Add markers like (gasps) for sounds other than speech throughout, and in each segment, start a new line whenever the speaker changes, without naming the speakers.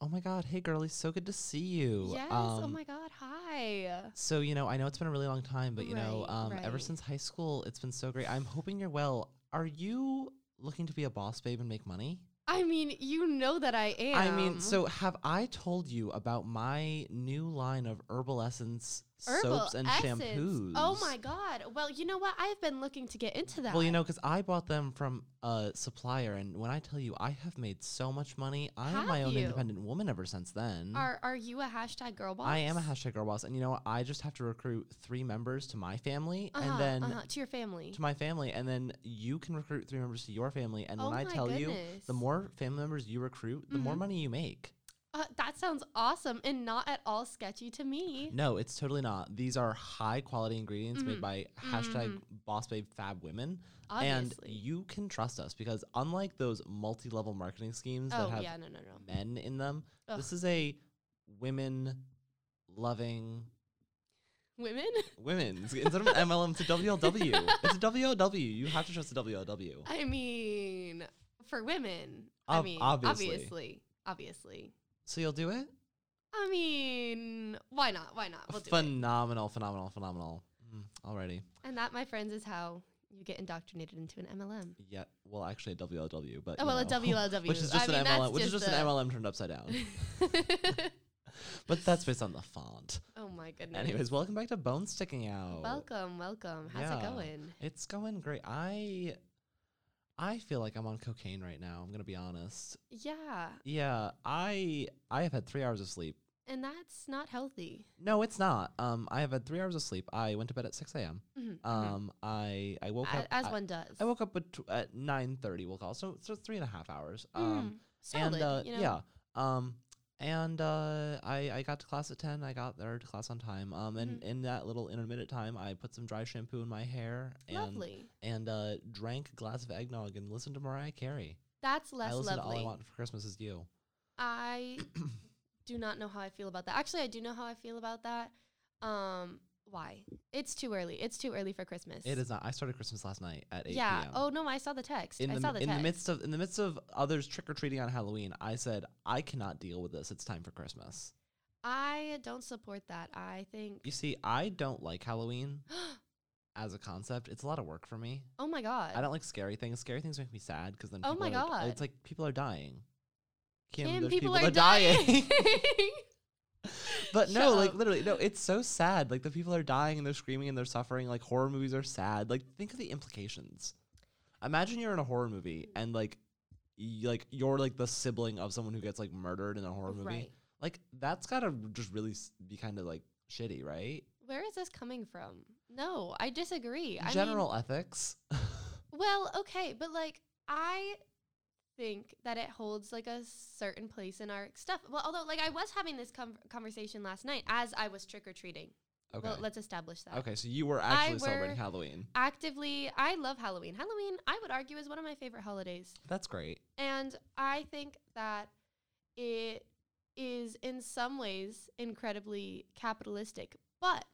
"Oh my god, hey girlie, so good to see you."
Yes. oh
Um,
my God. Hi.
So you know, I know it's been a really long time, but you know,
Right,
um, ever
right.
since high school, it's been so great. I'm hoping you're well. Are you looking to be a boss babe and make money?
I mean, you know that I am.
I mean, so have I told you about my new line of herbal essence
Herbal
soaps and
essence.
shampoos?
Oh my God. Well, you know what? I've been looking to get into that.
Well, you know, because I bought them from a supplier, and when I tell you, I have made so much money. I am my
Have
own
you?
independent woman ever since then.
Are are you a hashtag girl boss?
I am a hashtag girl boss, and you know, what? I just have to recruit three members to my family,
Uh-huh,
and then
uh-huh, to your family.
to my family, and then you can recruit three members to your family. And
Oh
when I
my
tell you,
goodness.
the more family members you recruit, the more
Mhm.
money you make.
Uh, that sounds awesome and not at all sketchy to me.
No, it's totally not. These are high quality ingredients made
Mhm.
by hashtag
Mhm.
boss babe fab women.
Obviously.
And you can trust us because unlike those multi level marketing schemes
oh
that have
yeah, no, no, no.
men in them,
Ugh.
this is a women loving (laughs)
Women?
women. It's- Instead of an MLM, it's a WLW. It's a WLW. You have to trust the WLW.
I mean, for women. I
Ob-
mean,
obviously.
obviously, obviously.
So you'll do it?
I mean, why not? Why not? We'll do it.
phenomenal, phenomenal, phenomenal. Mm, already.
And that, my friends, is how you get indoctrinated into an MLM.
Yeah. Well, actually, a WLW, but.
Oh,
you
well, a
know. (laughs)
WLW.
Which is
I
just
mean,
an
that's
MLM, which is just an
a-
MLM turned upside down. but that's based on the font.
(laughs) oh my (laughs) goodness.
Anyways, welcome back to Bone Sticking Out.
welcome, welcome. How's it
Yeah.
going?
It's going great. I I feel like I'm on cocaine right now. I'm gonna be honest.
Yeah,
Yeah, I I have had three hours of sleep.
and that's not healthy.
No, it's not. Um, I have had three hours of sleep. I went to bed at six a.m.
Mhm, mhm.
Um, I I woke
A-
up
as
I-
one does.
I woke up at, tw- at nine thirty. We'll call so so three and a half hours. Um,
Mm, solid,
and uh,
you know?
yeah. Um, and uh, I I got to class at ten. I got there to class on time. Um, and
Mm-hmm.
in that little intermittent time, I put some dry shampoo in my hair and
lovely.
and uh, drank a glass of eggnog and listened to Mariah Carey.
That's less
I listened
lovely.
to All I Want for Christmas Is
(clears throat)
You.
I do not know how I feel about that. Actually, I do know how I feel about that. Um, why? It's too early. It's too early for Christmas.
It is not. I started Christmas last night at eight
Yeah.
p.m.
Oh no, I saw the text.
in
I
the,
saw
mi-
the
in
text.
the midst of in the midst of others trick or treating on Halloween, I said I cannot deal with this. It's time for Christmas.
I don't support that. I think.
You see, I don't like Halloween as a concept. It's a lot of work for me.
(gasps) Oh my god.
I don't like scary things. Scary things make me sad because then
Oh
people
my
are-
God.
it's like people are dying. Kim,
Kim,
there's
people,
that
are dying. (laughs)
but no,
Shut
like
up.
literally, no. It's so sad. Like the people are dying and they're screaming and they're suffering. Like horror movies are sad. Like think of the implications. Imagine you're in a horror movie and like, y- like you're like the sibling of someone who gets like murdered in a (laughs) horror movie.
right.
Like that's gotta just really s- be kind of like shitty, right?
Where is this coming from? No, I disagree. I mean,
General ethics. (laughs)
Well, okay, but like I think that it holds like a certain place in our stuff. Well, although like I was having this com- conversation last night as I was trick or treating.
okay.
Well, let's establish that.
okay. So you were actually
were-
celebrating Halloween.
Actively, I love Halloween. Halloween, I would argue, is one of my favorite holidays.
That's great.
And I think that it is in some ways incredibly capitalistic. But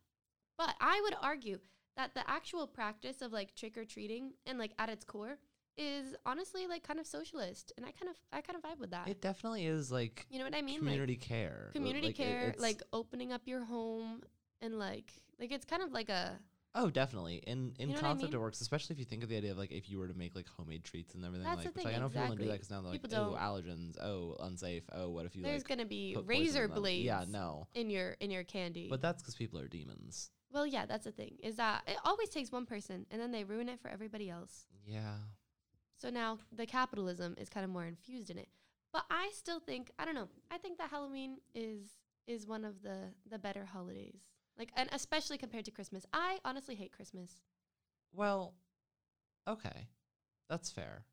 but I would argue that the actual practice of like trick or treating and like at its core is honestly like kind of socialist and I kind of I kind of vibe with that.
It definitely is like
you know what I mean?
community care.
like
Li-
community
like, it-
care,
it's-
like opening up your home and like like it's kind of like a
oh, definitely. In in
know what I
concept, it
mean?
works, especially if you think of the idea of like if you were to make like homemade treats and everything.
That's
like,
the
which,
thing,
like, I know people don't do that
exactly.
because now they're like,
People
oh,
don't-
allergens, oh, unsafe, oh, what if you
there's
like
gonna be
put poison
razor
in them?"
blades
Yeah, no,
in your in your candy.
but that's because people are demons.
Well, yeah, that's the thing. Is that it always takes one person and then they ruin it for everybody else.
Yeah,
So now the capitalism is kind of more infused in it. But I still think, I don't know. I think that Halloween is is one of the the better holidays. Like and especially compared to Christmas. I honestly hate Christmas.
well, okay, that's fair.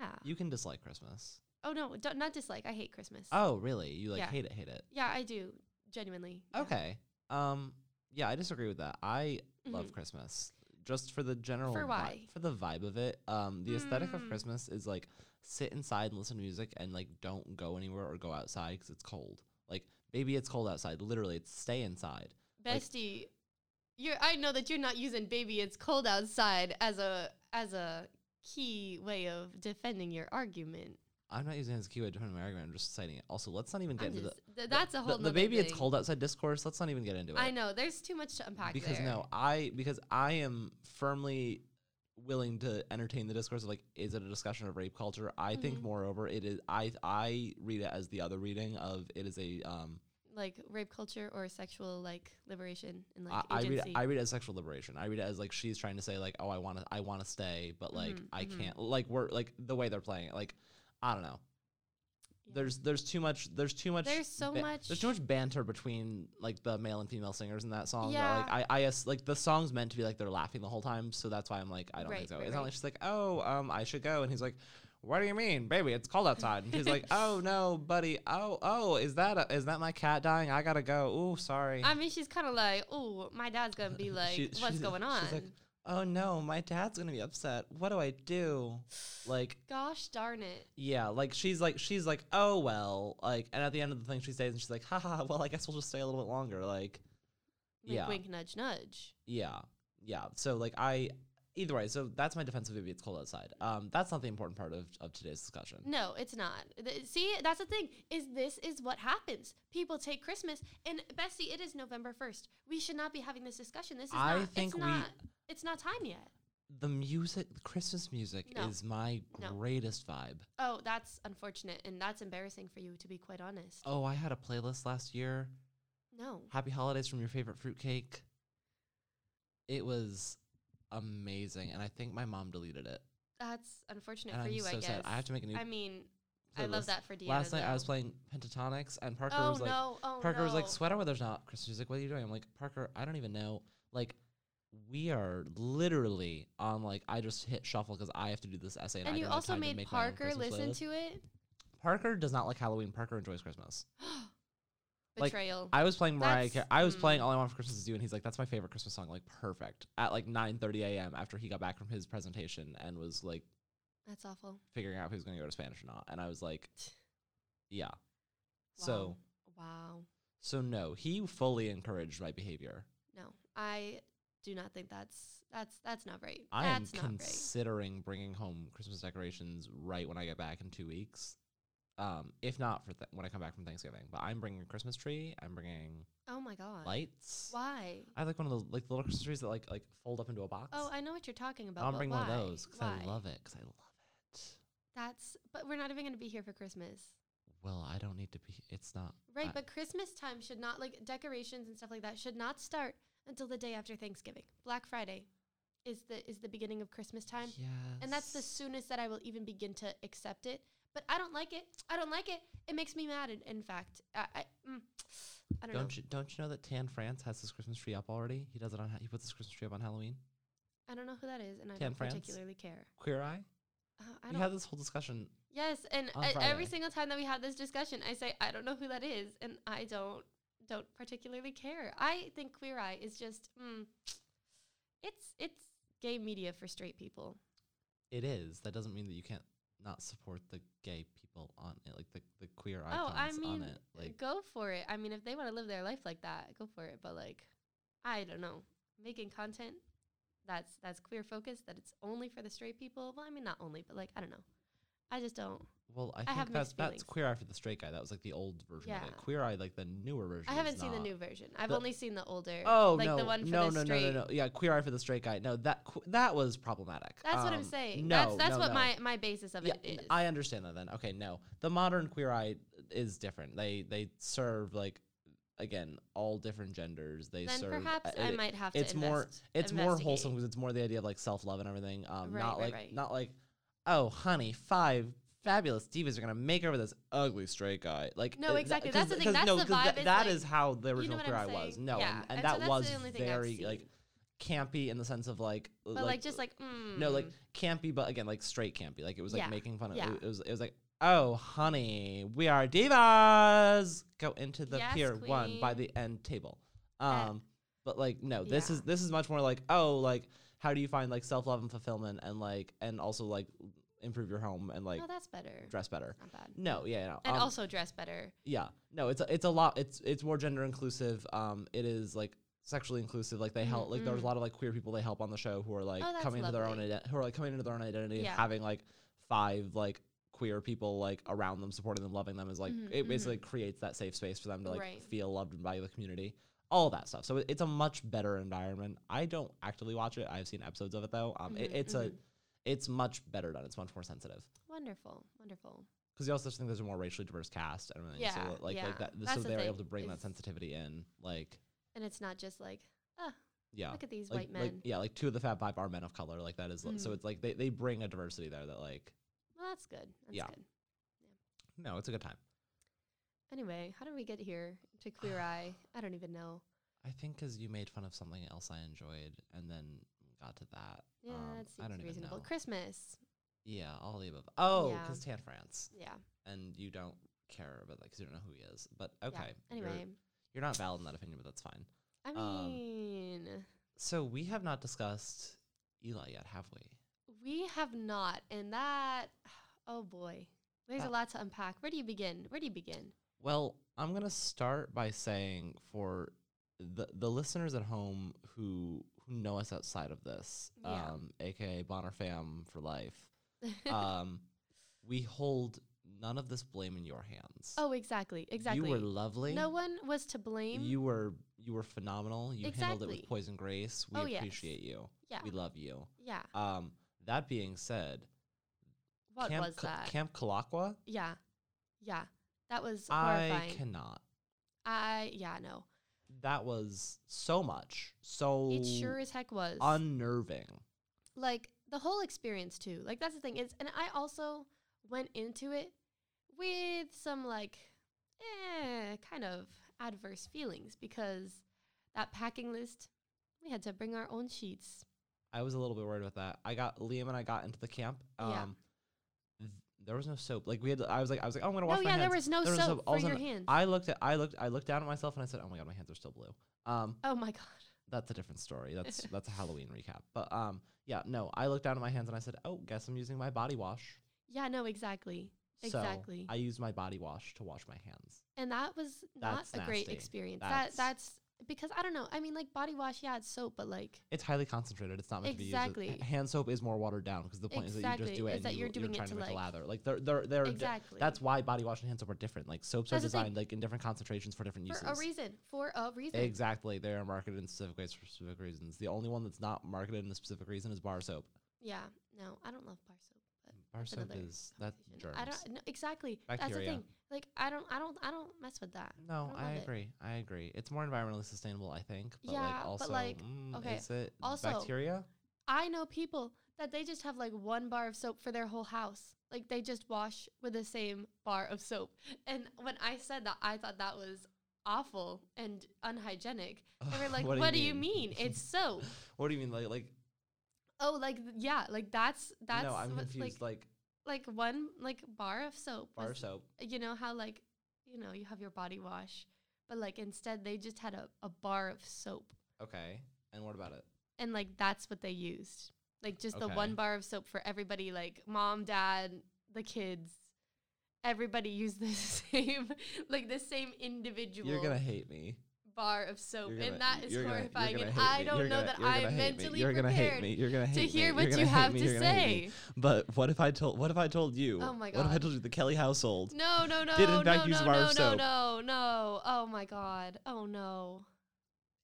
Yeah.
You can dislike Christmas.
Oh no, don't, not dislike. I hate Christmas.
Oh, really? You like
Yeah.
hate it, hate it.
yeah, I do. Genuinely. yeah.
Okay. Um. Yeah, I disagree with that. I love
Mhm.
Christmas just for the general
For
vi-
why?
for the vibe of it. Um, the aesthetic of
Mm.
Christmas is like sit inside and listen to music and like don't go anywhere or go outside because it's cold. Like baby, it's cold outside. Literally, it's stay inside. like-
Bestie, you're I know that you're not using baby it's cold outside as a as a key way of defending your argument.
I'm not using it as a cue. I don't know American. I'm just citing it. Also, let's not even get
I'm
into
just,
the-
th-
the.
that's a whole
the, the
nother
baby. It's
thing.
cold outside discourse. Let's not even get into it.
I know. There's too much to unpack
because
there.
no i because i am firmly willing to entertain the discourse of like is it a discussion of rape culture i think
Mhm.
moreover it is i i read it as the other reading of it is a um
like rape culture or sexual like liberation and like
I, I read
agency.
it, i read it as sexual liberation i read it as like she's trying to say like oh i want to i want to stay but like
Mhm,
i
mhm.
can't like we're like the way they're playing it like i don't know
Yeah.
there's there's too much there's too much
There's so much-
there's too much banter between like the male and female singers in that song that,
Yeah.
like I I as- like the song's meant to be like they're laughing the whole time so that's why I'm like I don't
Right,
think so
right,
it's not
right.
like she's like oh um I should go and he's like what do you mean baby it's cold outside and he's
(laughs)
like oh no buddy oh oh is that a, is that my cat dying I gotta go ooh sorry
I mean, she's kind of like, oh, my dad's gonna be like,
(laughs) She-
what's
she's-
going on?
she's like, oh no my dad's gonna be upset what do I do like
Gosh darn it.
Yeah, like she's like she's like, oh well, like, and at the end of the thing, she stays and she's like, haha, well, I guess we'll just stay a little bit longer. Like,
Wink,
Yeah.
wink, nudge, nudge.
yeah, yeah. So like I, either way, so that's my defense of Baby It's Cold Outside. Um, that's not the important part of of today's discussion.
No, it's not. Th- See, that's the thing. Is this is what happens? People take Christmas, and Bessie, it is November first. We should not be having this discussion. This is
I
not.
think
it's
we-
not. It's not time yet.
The music, the Christmas music,
No.
is my
No.
greatest vibe.
Oh, that's unfortunate, and that's embarrassing for you, to be quite honest.
Oh, I had a playlist last year.
No,
Happy Holidays from your favorite fruitcake. It was amazing, and I think my mom deleted it.
that's unfortunate
and
for
I'm
you.
so
I guess.
sad. I have to make a new.
I mean, I love
playlist.
that for Deanna.
Last night I was
though.
playing pentatonics and Parker
Oh
was like
no! Oh
Parker was like
no.
sweater weather's not Christmas music. What are you doing? I'm like Parker, I don't even know. Like we are literally on like I just hit shuffle because I have to do this essay. And,
And
I
you
don't have
also
time to
made
make my own
Parker
Christmas
listen
playlist.
to it. (gasps)
Parker does not like Halloween. Parker enjoys Christmas. Like,
Betrayal.
I was playing Mariah. Car-
That's-
I was
mm.
playing All I Want for Christmas Is You, and he's like, "That's my favorite Christmas song." Like perfect at like 9:30 a.m. after he got back from his presentation and was like
that's awful.
figuring out if he was going to go to Spanish or not. And I was
(sighs)
like, "Yeah."
Wow.
So
wow.
So no, he fully encouraged my behavior.
No, I do not think that's that's that's not right.
I
that's
am
not right.
considering bringing home Christmas decorations right when I get back in two weeks. Um, if not for th- when I come back from Thanksgiving, but I'm bringing a Christmas tree. I'm bringing
Oh my god.
lights.
Why?
I like one of those like the little Christmas trees that like like fold up into a box.
Oh, I know what you're talking about.
I'll
but
bring
why?
one of those because
Why?
I love it. Because I love it.
That's. But we're not even going to be here for Christmas,
Well, I don't need to be. It's not
right?
I-
but Christmas time should not like decorations and stuff like that should not start until the day after Thanksgiving. Black Friday is the is the beginning of Christmas time.
Yes.
And that's the soonest that I will even begin to accept it. But I don't like it. I don't like it. It makes me mad. In, in fact, I, I, mm, I don't,
Don't,
know.
you don't you know that Tan France has his Christmas tree up already? He does it on ha- he puts his Christmas tree up on Halloween.
I don't know who that is, and I
Tan
don't
France?
particularly care.
Queer Eye.
Uh, I
we
don't.
had this whole discussion
yes, and
on
I, every
Friday.
single time that we had this discussion, I say I don't know who that is, and I don't don't particularly care. I think Queer Eye is just, mm, it's it's gay media for straight people.
It is. That doesn't mean that you can't not support the gay people on it, like the, the queer icons
oh, I mean,
on it. Like
go for it. I mean, if they want to live their life like that, go for it. But like, I don't know, making content that's that's queer focused, that it's only for the straight people. Well, I mean, not only, but like, I don't know. I just don't.
well, I think
have
that's
mixed
that's
feelings.
queer eye for the straight guy. That was like the old version of
Yeah.
it. Queer eye, like the newer version.
I
is
haven't seen the
not.
new version. I've
The-
only seen the older.
Oh
like
no!
the one for
no,
the
no,
straight.
no, no, no. Yeah, queer eye for the straight guy. No, that qu- that was problematic.
That's what I'm
Um,
saying.
No,
that's that's
no,
what
no.
my my basis of
Yeah,
it is.
I understand that. Then okay, no, the modern queer eye is different. They they serve like again all different genders. They
then
serve.
perhaps
uh,
I
it-
might have to.
it's more
invest-
it's more wholesome
investigate.
because it's more the idea of like self love and everything. Um,
Right,
not
right,
like
right.
not like oh honey, five fabulous divas are gonna make over this ugly straight guy. Like
No,
uh, tha-
exactly.
'cause-
That's the thing.
'cause
That's
no,
the
'cause tha-
vibe is,
that
like-
is how the
know
original
what
Queer Eye
I'm
was.
saying?
No,
Yeah,
and, and,
and so
that
that's the
was
only thing I've
very like
seen.
campy in the sense of like
But like, just like mm,
no like campy, but again like straight campy. Like it was like
Yeah,
making fun of
yeah.
it was it was like. Oh, honey, we are divas. Go into the
Yes,
pier one by
queen.
the end table.
Uh,
Um, but like no this
Yeah.
is this is much more like oh like how do you find like self-love and fulfillment and like and also like improve your home and like
oh, that's better.
dress better
Not bad.
no yeah no,
And
um,
also dress better.
yeah no it's a, it's a lot it's it's more gender inclusive um it is like sexually inclusive like they
Mhm,
help like there's
mhm.
a lot of like queer people they help on the show who are like
Oh, that's
coming into their own
lovely.
ident- who are like coming into their own identity
Yeah.
and having like five like queer people like around them, supporting them, loving them is like
Mhm,
it
mhm.
basically creates that safe space for them to like
Right.
feel loved and by the community. All that stuff. So it- it's a much better environment. I don't actively watch it. I've seen episodes of it though. Um, it-
Mhm,
it's a
mhm.
it's much better done. It's much more sensitive
Wonderful, wonderful.
because you also just think there's a more racially diverse cast and everything.
Yeah,
so that, like,
yeah.
like that,
That's
so
the
they're able
thing,
to bring that
is-
sensitivity in. Like
And it's not just like, ah,
yeah,
look at these
like,
white men.
like yeah, like two of the Fab Five are men of color. Like that is li- so
Mhm.
it's like they they bring a diversity there that like
Well, that's good. That's
Yeah.
good.
no, it's a good time.
Anyway, how did we get here
(sighs)
to Queer Eye? I don't even know.
I think because you made fun of something else I enjoyed and then got to that.
Yeah,
Um,
that
I don't
seems
even
reasonable.
know.
Christmas.
Yeah, all the above. Oh,
Yeah.
because Tan France
Yeah.
and you don't care about that because you don't know who he is. But okay,
Yeah.
you're-
Anyway,
you're not valid in that opinion, but that's fine.
I
um,
mean,
So we have not discussed Eli yet, have we?
we have not, and that. (sighs) Oh boy, there's a
That-
lot to unpack. Where do you begin? Where do you begin?
Well, I'm gonna start by saying for the the listeners at home who who know us outside of this,
Yeah.
um, aka Bonner fam for
(laughs)
life, um, we hold none of this blame in your hands.
oh, exactly, exactly.
You were lovely.
no one was to blame.
You were you were phenomenal. You handled it
Exactly.
with poison grace. We
Oh, yes.
appreciate you.
yeah,
We love you.
yeah.
Um, that being said,
What
Camp
was
Ka-
that?
Camp Kalakwa,
yeah, yeah. That was
I
horrifying.
cannot.
I yeah no.
That was so much, so
It sure as heck was.
unnerving.
like the whole experience too. Like that's the thing. It's and I also went into it with some like eh kind of adverse feelings because that packing list we had to bring our own sheets.
I was a little bit worried with that. I got Liam and I got into the camp. Um,
Yeah.
th- there was no soap. Like we had. I was like, I was like, oh, I'm gonna wash
no,
my
yeah,
hands.
there was no
There was
soap
all
for
of a
your
sudden
hands.
I looked at. I looked. I looked down at myself and I said, oh my god, my hands are still blue. Um,
oh my god.
that's a different story. That's
(laughs)
that's a Halloween recap. But um, yeah, no. I looked down at my hands and I said, oh, guess I'm using my body wash.
Yeah, no, exactly.
So
Exactly.
I used my body wash to wash my hands.
And that was not
That's
a great
nasty.
experience.
That's-
that that's because I don't know. I mean like body wash, yeah, it's soap, but like
It's highly concentrated. It's not meant to be used.
Exactly.
as- Hand soap is more watered down because the point is that you
Exactly.
just do it
Is
and
that
you,
you're doing
are
it
trying to,
to,
make a
like-
lather. Like they're they're they're di-
exactly.
That's why body wash and hand soap are different. Like soaps
That's
are
the thing.
designed like in different concentrations for different
for
uses.
a reason. For a reason.
Exactly. They are marketed in specific ways for specific reasons. The only one that's not marketed in a specific reason is bar soap.
Yeah. No, I don't love bar soap. But
Bar
that's
soap
another
is that's germs.
conversation. I don't no, exactly. That's
Bacteria.
the thing. Like I don't I don't I don't mess with that.
no,
don't
I,
love it.
agree. I agree. It's more environmentally sustainable, I think. But
Yeah,
like
but,
also
like,
mm,
okay,
is it
also-
bacteria?
I know people that they just have like one bar of soap for their whole house. Like they just wash with the same bar of soap. And when I said that, I thought that was awful and unhygienic. They
(laughs)
were like, "What, do you mean? It's soap."
what do you mean? Like like
Oh, like th- yeah, like that's that's
no, I'm
what-
confused.
like
Like,
like one like bar of soap.
bar
was-
soap.
You know how like you know you have your body wash, but like instead they just had a, a bar of soap.
Okay. And what about it?
and like that's what they used like just the one
Okay.
bar of soap for everybody like mom dad the kids everybody used the (laughs) same like the same individual
You're gonna hate me.
bar of soap
You're gonna-
and that is
you're gonna- you're
horrifying
gonna
and
hate
i
me.
don't
You're
know
gonna-
that
you're gonna
i'm
hate me.
mentally
You're gonna hate
prepared
me. You're gonna hate
to
me.
hear
You're
what
gonna
you
hate
have
me.
to
You're gonna hate
say
me. But what if I told? What if I told you?
Oh my
What if I
God.
told you the Kelly household?
no no no
Did in fact
no
use
no
bar
no
of
no
soap.
no no oh my god oh no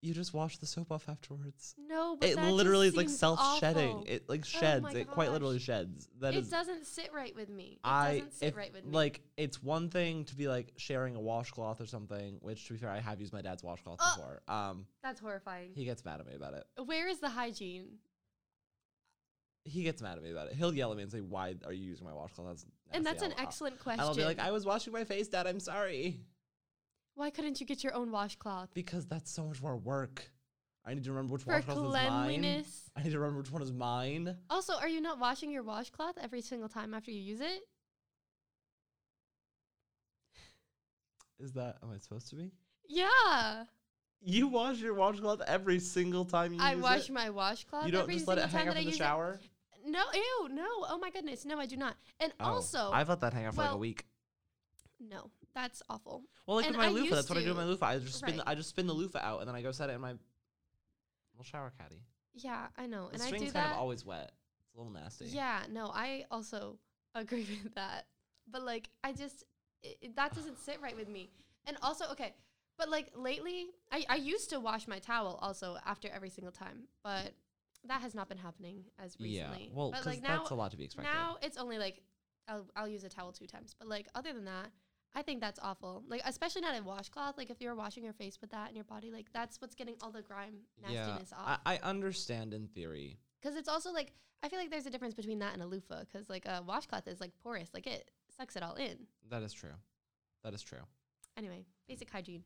You just wash the soap off afterwards.
no but
It
that just
literally is like
seems
self-shedding.
awful. Oh
It like sheds.
my
it quite literally
gosh.
sheds. That
it
is.
doesn't sit right with me it
I
doesn't sit
if-
right with me
like it's one thing to be like sharing a washcloth or something, which to be fair, I have used my dad's washcloth
Ugh.
before. Um,
that's horrifying
he gets mad at me about it.
Where is the hygiene?
He gets mad at me about it. He'll yell at me and say, "Why are you using my washcloth?" That's nasty.
and that's an
I'll- I'll-
excellent question.
I'll be like, I was washing my face, Dad. I'm sorry.
Why couldn't you get your own washcloth
Because that's so much more work. I need to remember which
for
washcloth is mine.
cleanliness?
I need to remember which one is mine.
Also, are you not washing your washcloth every single time after you use it?
Is that am I supposed to be?
Yeah,
You wash your washcloth every single time you
I
use
wash
it.
my washcloth.
you don't
every
just let it
single
hang
time that
up
I
in the
use it.
shower.
No, ew, no. Oh my goodness, no, I do not. And
Oh.
also,
I've let that hang out for like a
well,
week.
no, that's awful.
Well, like
and
with my
I
loofah, that's
used
what I do with my
to-
loofah. I just spin.
right.
The, I just spin the loofah out, and then I go set it in my little shower caddy.
Yeah, I know,
The
and I
string's
do
kind
that.
of always wet. It's a little nasty.
yeah, no, I also (laughs) agree with that. but like I just i i- that doesn't sit right with me. And also, okay, but like lately, I I used to wash my towel also after every single time, but that has not been happening as recently.
Yeah. Well,
but
because
like now,
that's a lot to be expected.
now it's only like I'll I'll use a towel two times, but like other than that. I think that's awful. Like, especially not a washcloth. Like, if you're washing your face with that in your body, like, that's what's getting all the grime nastiness off.
I, I understand in theory.
Because it's also like I feel like there's a difference between that and a loofah. Because like a washcloth is like porous, like it sucks it all in.
That is true. That is true.
Anyway, basic hygiene.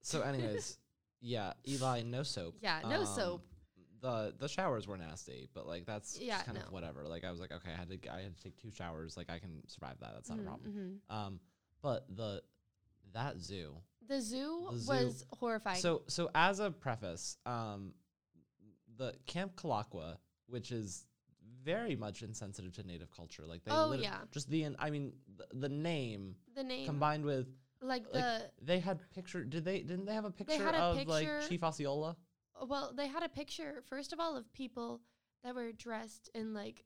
So,
(laughs)
anyways, yeah, Eli, no soap. Um,
Yeah, no soap.
The the showers were nasty, but like that's just
Yeah,
kind
no.
of whatever. Like I was like, okay, I had to g- I had to take two showers. Like I can survive that. That's not a
Mhm,
problem.
mhm.
Um, but the that zoo.
The zoo
The zoo-
was horrifying.
So so as a preface, um, the Camp Kalakwa, which is very much insensitive to Native culture, like they
Oh,
lit-
yeah.
just the in- I mean the, the name
the name,
combined with
like
like,
the
they had picture did they didn't they have a picture
had a
of
picture-
like Chief Osceola?
well, they had a picture first of all of people that were dressed in like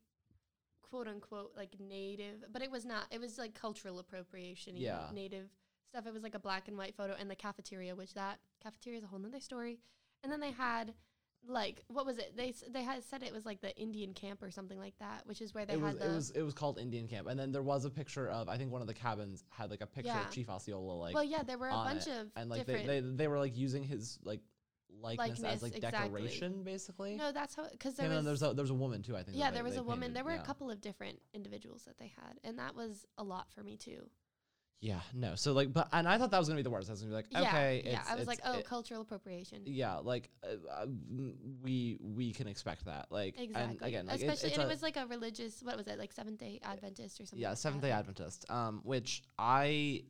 quote unquote like native, but it was not. It was like cultural appropriation. you know,
Yeah.
native stuff. It was like a black and white photo and the cafeteria, which that cafeteria is a whole nother story. And then they had like what was it? They s- they had said it was like the Indian camp or something like that, which is where they
it was
had the
it was it was called Indian Camp, and then there was a picture of I think one of the cabins had like a picture
Yeah.
of Chief Osceola like
well yeah there were a
on
bunch
it,
of
and like they,
different
they they were like using his like likeness,
Likeness,
as like
exactly.
decoration basically.
no that's how because there
and then
was
there's a there's a woman too I think. that
yeah
they-
there was
they
a woman
painted,
there were
yeah.
a couple of different individuals that they had and that was a lot for me too
Yeah, no. So like, but and I thought that was gonna be the worst. I was gonna be like,
Yeah,
okay,
yeah.
it's-
I was
it's-
like, oh,
it-
cultural appropriation.
yeah, like uh, uh, m- we we can expect that. Like,
Exactly.
and again, like, it-
especially
it's
and
a-
it was like a religious. What was it like Seventh Day Adventist or something?
yeah
like
Seventh Day
that.
Adventist, um, which I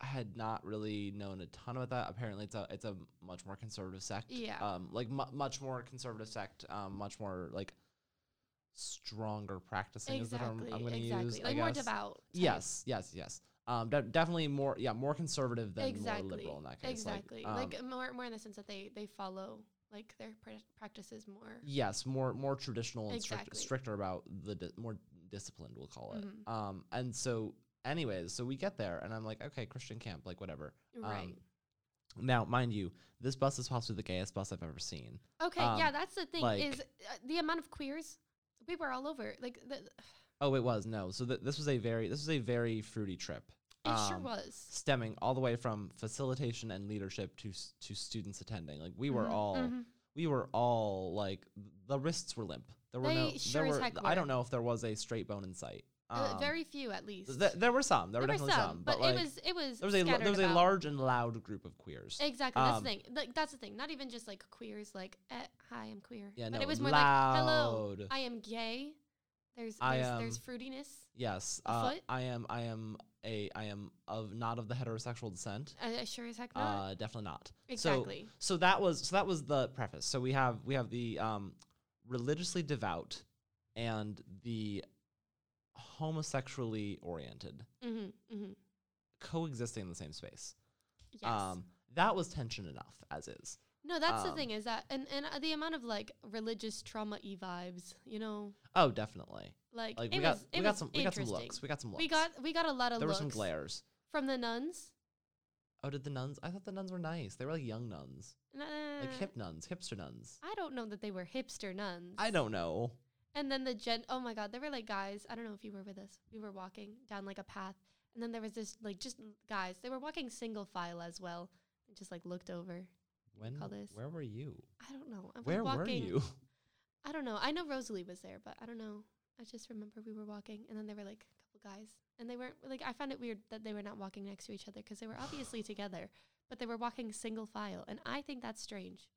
had not really known a ton about that. Apparently, it's a it's a much more conservative sect.
Yeah.
Um, like mu- much more conservative sect. Um, much more like stronger practicing is the
Exactly.
term I'm going to
exactly.
use.
like
I
more
guess.
devout. type.
Yes, yes, yes. Um, de- definitely more, yeah, more conservative than
exactly.
more liberal in that case.
Exactly.
um,
Like, more more in the sense that they they follow like their pra- practices more.
yes, more more traditional and strict,
Exactly.
stricter about the di- more disciplined, we'll call it.
Mhm.
Um, and so, anyways, so we get there, and I'm like, okay, Christian camp, like whatever. Um,
right.
Now, mind you, this bus is possibly the gayest bus I've ever seen.
Okay. yeah,
um,
that's the thing
like-
is uh, the amount of queers we were all over. Like the, it
Oh, it was no. So th- this was a very this was a very fruity trip.
sure
Um,
was.
Stemming all the way from facilitation and leadership to s- to students attending, like we were
Mhm,
all
mhm.
we were all like the wrists were limp. There were
They
no.
sure
there
as
were,
heck
I
were.
don't know if there was a straight bone in sight.
Uh,
Um,
very few at least.
Th- there were some. There, were
There
definitely some,
but,
but, like
it was it was
there was a lo-
scattered
there was a
about.
large and loud group of queers.
Exactly. That's
Um,
the thing. Like that's the thing. Not even just like queers. Like, eh, hi, I'm queer.
Yeah,
but
no,
it was more like, hello,
loud.
I am gay. There's
I
there's, there's
am-
fruitiness.
Yes,
A
uh,
foot?
I am. I am a. I am of not of the heterosexual descent.
I, I sure as heck not.
Uh, definitely not.
exactly.
So, so that was so that was the preface. So we have we have the um, religiously devout and the homosexually oriented
hmm hmm
coexisting in the same space.
Yes.
Um, that was tension enough as is.
no, that's the
um,
thing is that and and uh, the amount of like religious trauma e vibes. You know,
Oh, definitely.
like,
Like we
it
got
was it
we got
was
some we got some
interesting.
looks. We got some looks.
We got we got a lot of
there were
looks
some glares.
from the nuns.
Oh, did the nuns? I thought the nuns were nice. They were like young nuns, like
Nah,
hip nuns, hipster nuns.
I don't know that they were hipster nuns.
I don't know.
And then the gen oh my god, there were like guys, I don't know if you were with us. We were walking down like a path and then there was this like just l- guys. They were walking single file as well. And just like looked over.
When?
call this?
Where were you?
I don't know. I was
Where were
walking,
you? (laughs)
I don't know. I know Rosalie was there, but I don't know. I just remember we were walking and then there were like a couple guys. And they weren't like I found it weird that they were not walking next to each other because they were obviously together, but they were walking single file and I think that's strange.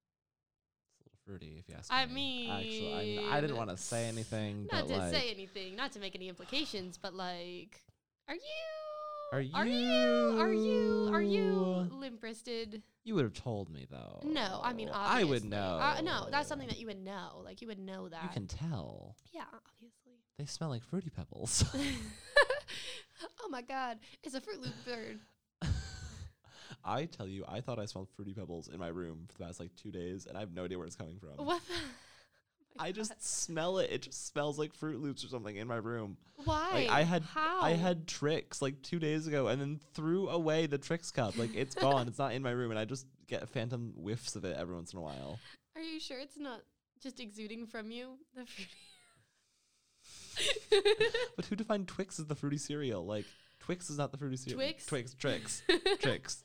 It's a little fruity, if you ask
I
me. actually, I, I didn't
mean,
want to say anything,
Not
but
to
like,
say anything, not to make any implications, but like, are you?
Are
Are you? Are you? Are you
you-
limp wristed?
you would have told me though.
no, I mean,
I
obviously.
would know.
Uh, no, that's something that you would know. Like, you would know that.
Oh. you can tell.
yeah, obviously.
They smell like fruity
(laughs)
pebbles. (laughs)
oh my God, it's a Fruit Loop bird.
I tell you, I thought I smelled fruity pebbles in my room for the past like two days, and I have no idea where it's coming from.
What? The?
Oh. (laughs) I just smell it. It just smells like Fruit Loops or something in my room.
(laughs) Why?
Like I had
How?
I had tricks like two days ago and then threw away the tricks cup. Like
(laughs)
it's gone. it's not in my room and I just get phantom whiffs of it every once in a while.
Are you sure it's not just exuding from you? The fruity.
But who defined Twix as the fruity cereal? Like Twix is not the fruity cereal.
Twix?
Twix,
(laughs)
Trix. Trix.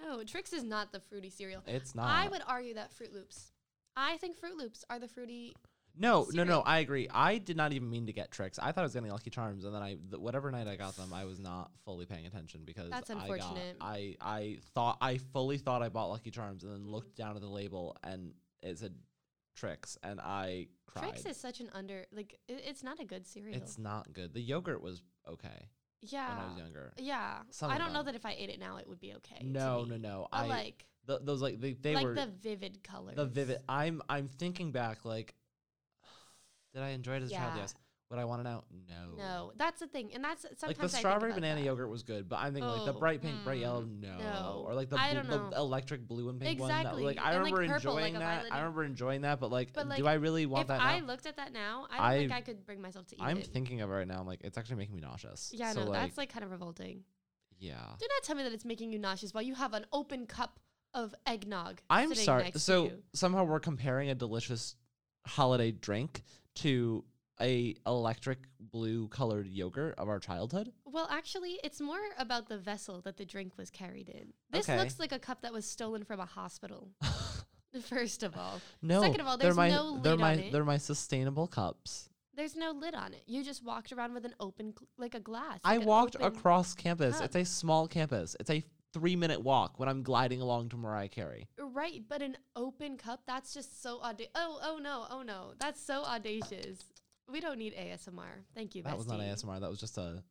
No, Trix is not the fruity cereal.
It's not.
I would argue that Fruit Loops. I think Fruit Loops are the fruity.
no, no, no.
cereal.
I agree. I did not even mean to get tricks. I thought I was getting Lucky Charms, and then I, th- whatever night I got them, I was not fully paying attention because
That's
I got-
unfortunate.
I, I thought I fully thought I bought Lucky Charms, and then looked down at the label, and it said tricks, and I cried.
Trix is such an under like i it's not a good cereal.
it's not good. The yogurt was okay
yeah,
when I was younger.
yeah.
Some
I
of
don't know
them.
that if I ate it now, it would be okay. to
No, no,
me.
no.
But
I
like,
th- those like they, they
like
were
the vivid colors.
the vivid i'm i'm thinking back like (sighs) did i enjoy it as a child
Yeah.
yes would i want it now no
No, that's the thing, and that's sometimes
like
I
the
think
strawberry
about
banana
that.
yogurt was good but i'm thinking like the
Oh,
bright pink bright yellow no.
no.
or like the,
I
blu-
don't
the
know.
electric blue and pink one that,
Exactly.
like i
And, like,
remember
purple, like
enjoying
a
that
violet-
i remember enjoying that but like,
But,
do
like,
i really want
If
that
I
now
looked at that now, I don't think
I-
I could bring myself to eat
i'm
it.
thinking of it right now i'm like it's actually making me nauseous
yeah, I
so
know
like,
that's like kind of revolting.
yeah
Do not tell me that it's making you nauseous while you have an open cup of eggnog.
I'm
sitting
sorry.
next to
So
you.
somehow we're comparing a delicious holiday drink to a electric blue colored yogurt of our childhood.
well, actually, it's more about the vessel that the drink was carried in. This
Okay.
looks like a cup that was stolen from a hospital.
(laughs)
First of all,
no,
Second of all,
they're
there's
my
no
they're
lid
my
on it.
they're my sustainable cups.
there's no lid on it. You just walked around with an open, gl- like a glass.
I
like an
walked
open-
across campus.
cup.
It's a small campus. It's a three minute walk when I'm gliding along to Mariah Carey.
Right, but an open cup, that's just so audacious. Oh, oh no, oh no. That's so audacious. We don't need ASMR. Thank you,
That was not
bestie.
ASMR. That was just a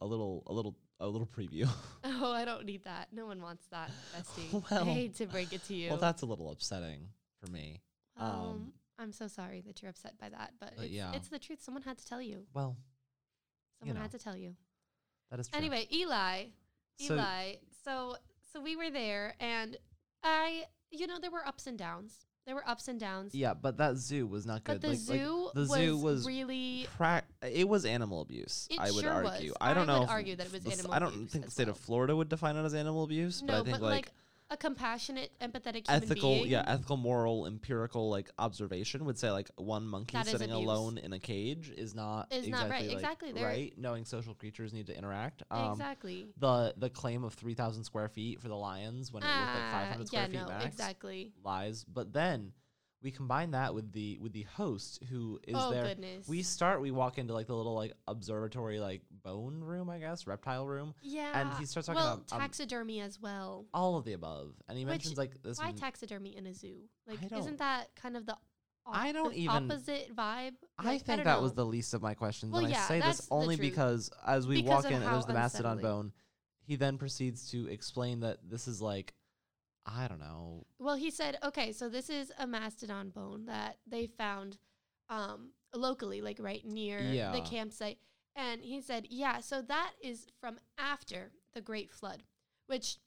a little a little a little preview.
(laughs) Oh, I don't need that. No one wants
(laughs)
that, bestie.
Well-
I hate to break it to you.
(laughs) well, that's a little upsetting for me.
um,
um,
I'm so sorry that you're upset by that, but,
But
it's,
yeah.
it's the truth. Someone had to tell you.
Well,
Someone had
know,
to tell you.
that is true.
Anyway, Eli,
So-
Eli. So so we were there, and I, you know, there were ups and downs. There were ups and downs.
Yeah, but that zoo was not good.
But the
like, like,
zoo,
the zoo was
really
prac- it was animal abuse.
It
I would
sure
argue.
was.
I don't
I
know.
would
if
argue that it was
the s-
animal
I don't
abuse
think the
as
state
well.
of Florida would define it as animal abuse, but
no,
I think
but
like,
like a compassionate, empathetic, human
ethical,
being.
yeah, ethical, moral, empirical, like observation would say like one monkey
That is
sitting
abuse.
alone in a cage is not
Is
exactly,
not right.
like,
Exactly, they're-
right. Knowing social creatures need to interact. Um,
exactly.
The the claim of three thousand square feet for the lions when it looked like five
Ah,
hundred square
yeah,
feet
no,
max
exactly.
lies. But then we combine that with the with the host who is
oh
there
goodness.
we start we walk into like the little like observatory like bone room i guess reptile room
yeah.
he starts talking
Ah, well,
about, um,
taxidermy as well.
all of the above and he
Which-
mentions like this
Why
m-
taxidermy in a zoo? Like,
don't-
isn't that kind of the op-
I don't
the
even-
opposite vibe? Like,
i think
don't
that was
know.
the least of my questions
Well,
and i
yeah,
say
that's
this
the
only
truth.
because as we
Because
walk
of
in and there's
how
the mastodon
unsettling.
bone he then proceeds to explain that this is like i don't know (laughs)
Well, he said, okay, so this is a mastodon bone that they found um, locally, like right near the
Yeah.
campsite. And he said, yeah, so that is from after the Great Flood, which,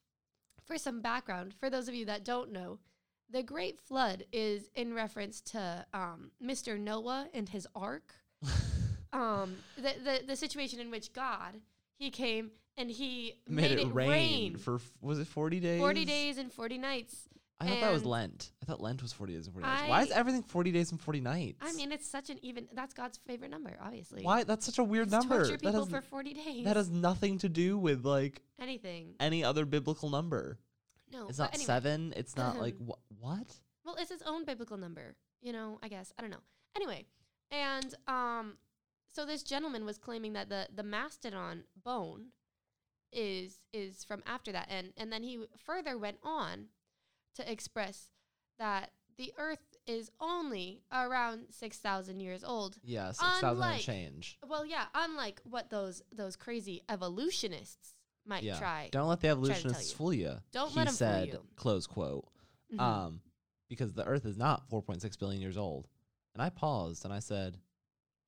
for some background, for those of you that don't know, the Great Flood is in reference to um, Mr. Noah and his ark. um, the, the, the situation in which God, he came and he
made, it, rain, for f- was it 40 days
40 days and 40 nights.
i thought that was
and-
lent i thought lent was 40 days and 40 nights why is
I-
everything 40 days and 40 nights
I mean, it's such an even. That's God's favorite number, obviously.
why that's such a weird
Just
number
Torture
that
people
has
for forty days.
That has nothing to do with like
anything.
any other biblical number.
No,
It's
Oh, but
not
anyway.
seven. It's not
(laughs)
like wh- what?
Well, it's its own biblical number. You know, I guess I don't know. Anyway, and um, so this gentleman was claiming that the the mastodon bone is is from after that, and and then he w- further went on to express that the Earth is only around six thousand years old,
Yeah, six thousand and
Unlike-
change.
Well, yeah, unlike what those those crazy evolutionists might
yeah,
try.
don't let the
tell
evolutionists
you.
fool you.
Don't
he
let 'em fool
said,
you.
Close quote.
Mhm.
Um, because the Earth is not four point six billion years old. And I paused and I said,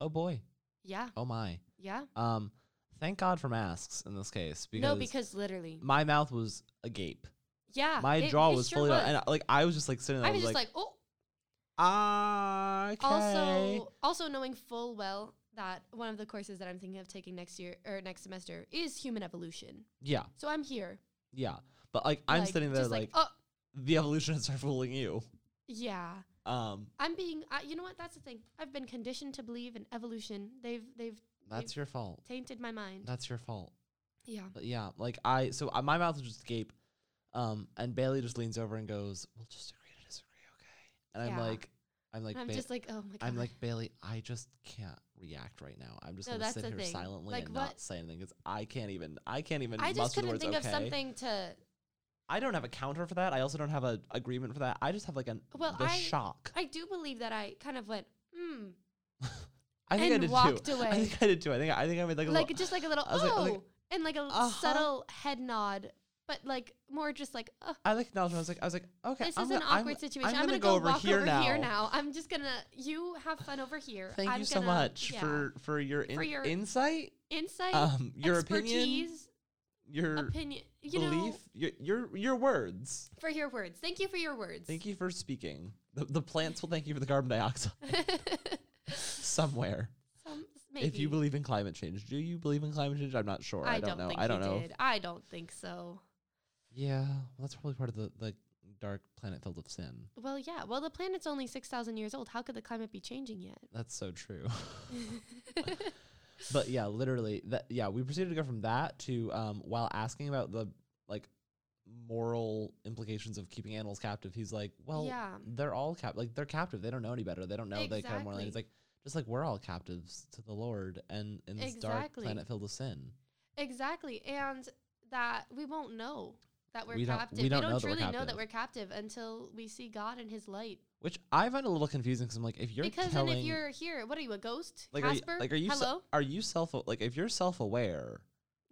"Oh boy,
yeah,
oh my."
yeah.
Um, thank God for masks in this case because,
no, because literally,
my mouth was agape.
yeah.
My
it-
jaw
it
was
sure
fully
was.
and like I was just like sitting there. I
I was
was
just like, oh,
Okay.
Also, also knowing full well that one of the courses that I'm thinking of taking next year or next semester is human evolution.
yeah,
So I'm here.
yeah. But like, I'm
like,
sitting there
just
like,
oh
the evolutionists are fooling you.
yeah.
Um,
I'm being. I you know what? That's the thing. I've been conditioned to believe in evolution. They've they've
that's your fault.
tainted my mind.
That's your fault.
yeah.
But yeah, like I, so uh, my mouth is just agape, um, and Bailey just leans over and goes, "We'll just agree to disagree, okay?" And
Yeah.
I'm like, I'm like,
I'm
"Ba-
just like, oh my god.
I'm like Bailey. I just can't react right now. I'm just
No,
gonna
that's
sit
the
here
thing.
silently
Like,
and
what-
not say anything because I can't even. I can't even.
I just
muster the
couldn't
words,
think of
"Okay."
something to.
I don't have a counter for that. I also don't have a agreement for that. I just have like an
Well,
the
I-
shock.
I do believe that I kind of went hmm,
I think I
and
did
walked
too. I
away.
think I did too. I think I think I made like a
like
little,
just like a little
I was
oh,
like- I was like,
and like a l-
"Uh-huh."
subtle head nod, but like more just like oh,
I like acknowledged. I was like I was like okay.
this
I'm
is
gonna,
an
I'm-
awkward situation. I'm,
I'm gonna
gonna, go,
go over
walk
here
over here
now."
now. I'm just gonna you have fun over here.
Thank
I'm
you so
gonna-
much
yeah.
for for your, in,
For your
insight,
insight,
um, your opinion,
expertise,
your
opinion. You
belief,
know,
your your your words.
for your words. Thank you for your words.
Thank you for speaking. The, the plants will thank you for the carbon dioxide (laughs) somewhere.
(laughs) Some, maybe.
If you believe in climate change, do you believe in climate change? I'm not sure. I, don't, know.
Think
I don't
you
know.
Did. I don't think so.
Yeah, well, that's probably part of the the dark planet filled with sin.
Well, yeah. Well, the planet's only 6,000 years old. How could the climate be changing yet?
That's so true. (laughs)
(laughs)
but yeah, literally that yeah, we proceeded to go from that to um while asking about the like moral implications of keeping animals captive, he's like, Well
Yeah.
they're all cap like they're captive. They don't know any better. They don't know they care more than he's
Exactly.
like just like we're all captives to the Lord and in this dark
Exactly.
planet filled with sin.
exactly. And that we won't know that we're
We don't- we don't
captive.
know that we're
truly know that
captive.
we're captive until we see God in his light.
Which I find a little confusing because I'm like, if you're
because then
telling
if you're here, what are you, a ghost?
like are you,
Casper?
like are you se-
Hello?
are you self like if you're self aware,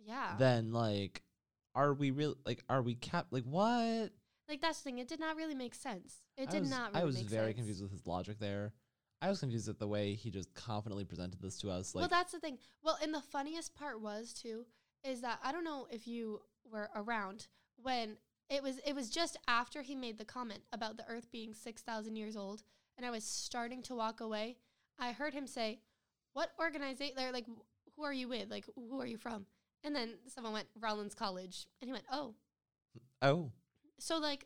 yeah.
then like are we real like are we cap like what?
like, that's the thing. It did not really make sense. It
I
did
was-
not really
I was
make
very
sense.
confused with his logic there. I was confused at the way he just confidently presented this to us. Like,
well, that's the thing. Well, and the funniest part was too is that I don't know if you were around when it was. It was just after he made the comment about the Earth being six thousand years old, and I was starting to walk away. I heard him say, "What organization? Like, wh- who are you with? Like, who are you from?" And then someone went Rollins College, and he went, "Oh,
oh,
so like."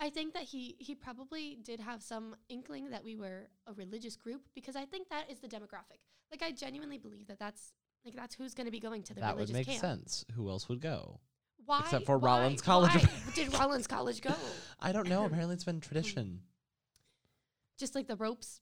I think that he he probably did have some inkling that we were a religious group because I think that is the demographic. Like I genuinely believe that that's like that's who's going to be going to the
that would make
religious camp.
sense. Who else would go?
Why?
Except for
why-
Rollins College.
Why did Rollins
(laughs)
College go?
I don't know. Apparently, it's been tradition.
Just like the ropes.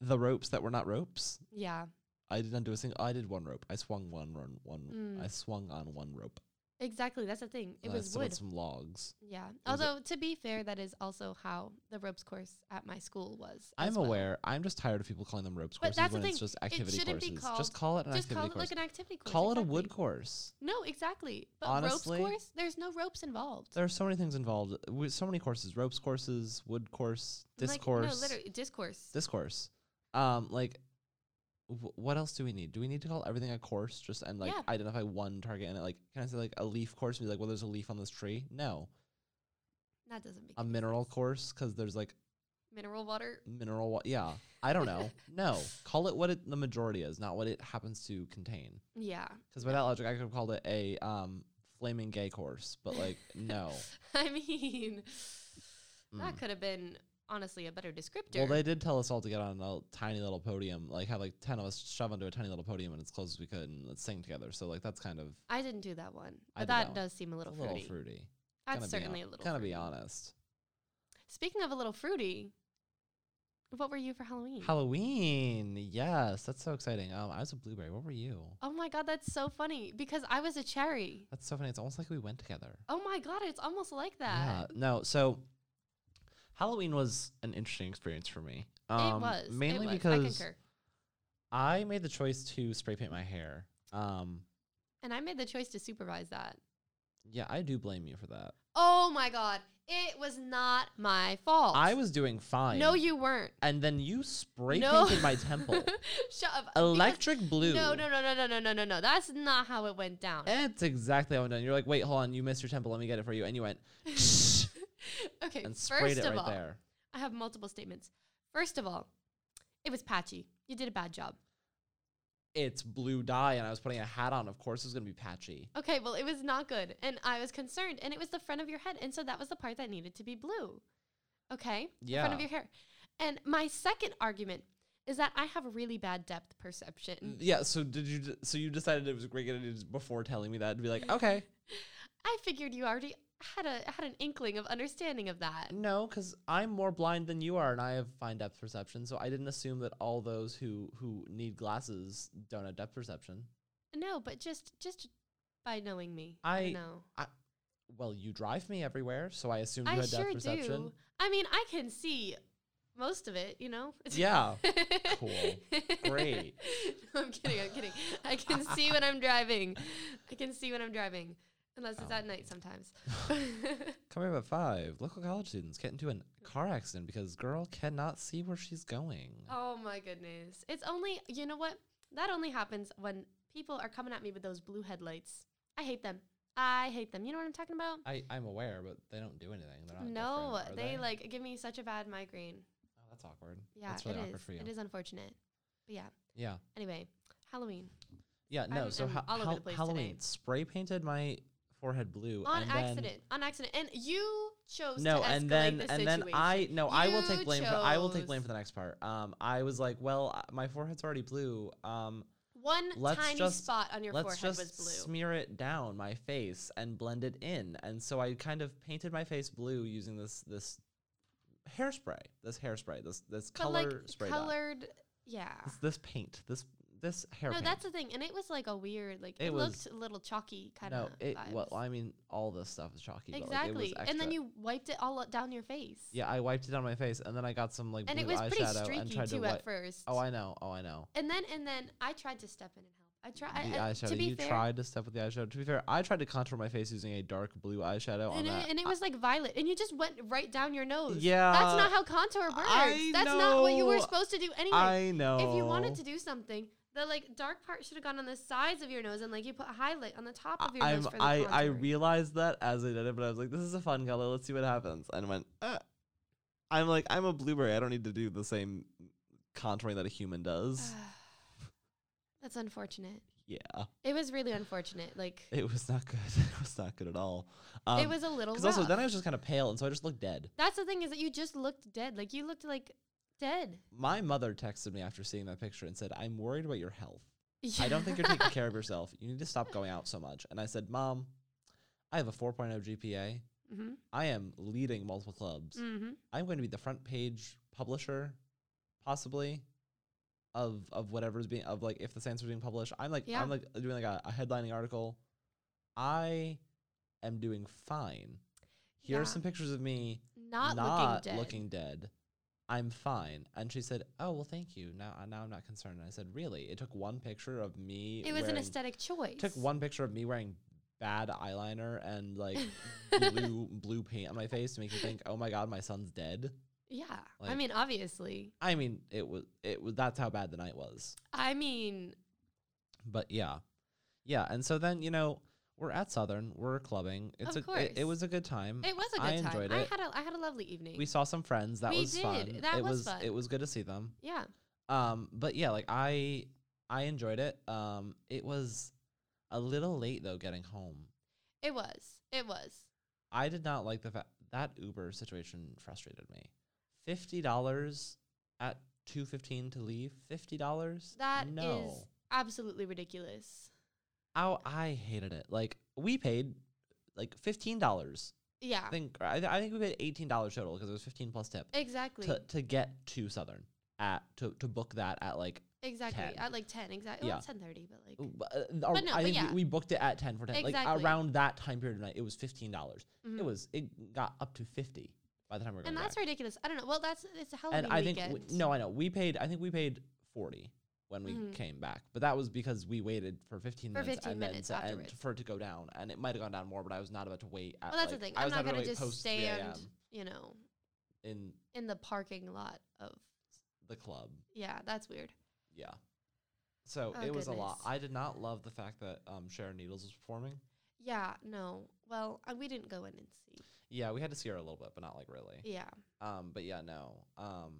The ropes that were not ropes.
Yeah,
I didn't do a single. I did one rope. I swung one run. One.
Mm.
I swung on one rope.
exactly. That's the thing. It
and I
was
stood on
wood.
Some logs.
Yeah.
it was a-
Although to be fair, that is also how the ropes course at my school was.
I'm
as well.
aware. I'm just tired of people calling them ropes courses
But that's the
when it's
thing,
just
it
activity
shouldn't be
courses.
called-
just call it an
Just call
activity
it
course.
like an activity course.
call it a
exactly.
wood course.
No, exactly. But
Honestly-
ropes course, there's no ropes involved.
There are so many things involved. With so many courses: ropes courses, wood course, discourse.
Like, no, literally discourse.
discourse. Um, like, w- what else do we need? Do we need to call everything a course? Just and like
Yeah.
identify one target in it. Like, can I say like a leaf course? And be like, well, there's a leaf on this tree. No,
that doesn't make
a
any
mineral
sense.
course because there's like
Mineral water.
mineral. Wa- yeah, I don't
(laughs)
know. no, call it what it, the majority is, not what it happens to contain.
Yeah. (laughs)
Because by that logic, I could have called it a um flaming gay course, but like
(laughs)
no.
I mean, that
Mm.
could have been honestly a better descriptor.
Well, they did tell us all to get on a tiny little podium, like have like ten of us shove onto a tiny little podium and as close as we could, and let's sing together. So like that's kind of
I didn't do that one,
I did
but
that
that,
one.
does seem a little
It's
fruity.
Gotta
That's
be
certainly
hon-
a little.
Gotta
fruity.
be honest.
Speaking of a little fruity, what were you for Halloween?
Halloween, yes, that's so exciting. Um, I was a blueberry. What were you?
oh my god, that's so funny because I was a cherry.
That's so funny. It's almost like we went together.
Oh my god, it's almost like that.
Yeah. No. So Halloween was an interesting experience for me. Um,
it was
mainly
it was. I
because
concur.
I, made the choice to spray paint my hair. Um,
And I made the choice to supervise that.
yeah, I do blame you for that.
Oh my god, it was not my fault.
I was doing fine.
Oh. No, you weren't.
and then you spray
No.
painted my
(laughs)
temple.
Shut up. Because-
Electric blue. Eh.
No, no, no, no, no, no, no, no, no. That's not how it went down. (laughs)
It's exactly how I'm done. You're like, wait, hold on, you missed your temple. Let me get it for
(laughs)
you. And you went
okay,
and sprayed
first
it
of
right
all,
there.
I have multiple statements. First of all, it was patchy. You did a bad job.
It's blue dye, and I was putting a hat on. Of course, it was gonna be patchy.
Okay, well, it was not good. And I was concerned. And it was the front of your head. And so that was the part that needed to be blue. Okay? The front
Yeah.
of your hair. And my second argument is that I have really bad depth perception.
Yeah. So did you? d- So you decided it was a great idea just before telling me that to be like, okay,
I figured you already had a had an inkling of understanding of that.
no, because I'm more blind than you are, and I have fine depth perception. So I didn't assume that all those who who need glasses don't have depth perception.
No, but just just by knowing me.
I-
know.
Well, you drive me everywhere, so I assumed you
I
had
sure
depth perception.
(laughs) do. I mean, I can see most of it, you know? (laughs)
Yeah. Cool. Great.
no, I'm kidding. I'm kidding. I can see when I'm driving. I can see when I'm driving, unless it's
Oh.
at night sometimes. (laughs)
Come here at five. Local college students get into a car accident because girl cannot see where she's going.
oh my goodness. It's only, you know what? That only happens when people are coming at me with those blue headlights. I hate them. I hate them. You know what I'm talking about?
I, I'm aware, but they don't do anything. They're not
no,
different, are
they, like give me such a bad migraine.
Oh, that's awkward.
Yeah,
that's really
it
awkward
is.
for you.
It is unfortunate. But yeah.
Yeah,
Anyway, Halloween
yeah. No,
I'm-
so
I'm
ha-
all over the
Hall-
place today.
Halloween spray painted my forehead blue
on
and
accident. on accident. And you chose
Then, no,
to escalate
and then
the
and
situation.
then I no, I will
You
take blame. For, I will take
chose-
blame for the next part. Um, I was like, well, uh, my forehead's already blue. Um,
One
Let's
tiny
just-
spot on your
let's
forehead
just
was blue.
smear it down my face and blend it in. And so I kind of painted my face blue using this this hairspray, this hairspray, this this
But
color
like
spray dye.
colored, yeah.
This, this paint, this this hair.
No,
paint.
that's the thing, and it was like a weird, like it,
It was-
looked a little chalky kind
no.
of.
It
vibes.
well, I mean, all this stuff is chalky. but, like, it was
exactly, and then
extra.
you wiped it all o- down your face.
Yeah, I wiped it on my face, and then I got some like
and it
blue
was pretty
eyeshadow and
streaky
tried
too
to.
at
Wi-
first.
oh, I know. Oh, I know.
and then and then I tried to step in and help. I tried.
the
I,
eyeshadow.
to be
you
fair,
tried to step with the eyeshadow. To be fair, I tried to contour my face using a dark blue eyeshadow on
and
that.
it, and it
I-
was like violet, and you just went right down your nose.
yeah,
that's not how contour works.
I
that's not what you were
know.
supposed to do anyway.
I know.
if you wanted to do something, the like dark part should have gone on the sides of your nose, and like you put a highlight on the top of your
I'm,
nose for the
I, I
contour.
realized that as I did it, but I was like, this is a fun color. Let's see what happens. And went, uh. I'm like, I'm a blueberry. I don't need to do the same contouring that a human does.
(sighs) Ah. That's unfortunate.
yeah.
It was really unfortunate. Like it,
It was not good. (laughs) it was not good at all. Um,
was a little.
Because also,
rough.
then I was just kind of pale, and so I just looked dead.
That's the thing is that you just looked dead. Like you looked like dead.
My mother texted me after seeing that picture and said, I'm worried about your health. I don't
(laughs)
think you're taking care of yourself. You need to stop going out so much. And I said, Mom, I have a 4.0 GPA.
hmm
I am leading multiple clubs.
hmm
I'm going to be the front page publisher, possibly, of of whatever's being of like if the Saints are being published. I'm like
Yeah.
I'm like doing like a, a headlining article. I am doing fine. Here
Yeah.
are some pictures of me
Not,
not
looking dead.
looking dead. I'm fine. And she said, "Oh well, thank you. Now uh, now I'm not concerned." And I said, "Really? It took one picture of me.
It was an
wearing-
aesthetic choice.
Took one picture of me wearing." Bad eyeliner and
(laughs)
like blue blue paint on my face to make you think, oh my god, my son's dead.
Yeah. I
like-
mean, obviously.
I mean, it was it was that's how bad the night was.
I mean,
But yeah, yeah. And so then you know we're at Southern, we're clubbing. It's
Of
a it, it
course.
was a good time.
it was a good
I
time.
enjoyed
I
it.
had a I had a lovely evening.
we saw some friends. That
We
was
did.
fun.
That
it
was
was,
fun.
it was good to see them.
yeah.
Um, but yeah, like I I enjoyed it. Um, it was a little late though getting home.
It was. It was.
I did not like the fact that Uber situation frustrated me. Fifty dollars at two fifteen to leave. Fifty dollars.
That is
no.
absolutely ridiculous.
Oh, I hated it. Like we paid like fifteen dollars.
Yeah,
I think I, th- I think we paid eighteen dollars total because it was fifteen plus tip
exactly,
to to get to Southern at to to book that at like
exactly.
10.
At like ten, exactly.
Yeah.
Well, ten thirty, but like,
w- uh, ar-
But no,
I
but
think
yeah.
we, we booked it at ten for ten.
Exactly.
Like around that time period of night, it was fifteen dollars.
mhm.
It was it got up to fifty by the time we were going
and that's
back.
ridiculous. I don't know. Well, that's it's a Halloween
and I think
weekend.
we, no, I know we paid. I think we paid forty when we
Mhm.
came back, but that was because we waited for fifteen
For
minutes
15
and
minutes
then to, and
afterwards.
for it to go down, and it might have gone down more, but I was not about to wait. At,
well, that's
like,
the thing.
I
I'm
was
not
gonna
gonna
wait
just
post 3
stand,
a.m.
you know,
in
in the parking lot of.
the club.
Yeah, that's weird.
Yeah, so
Oh,
it was a lot.
goodness.
I did not love the fact that um, Sharon Needles was performing.
Yeah, no. Well, uh, we didn't go in and see.
Yeah, we had to see her a little bit, but not like really.
Yeah,
Um, but yeah, no. Um,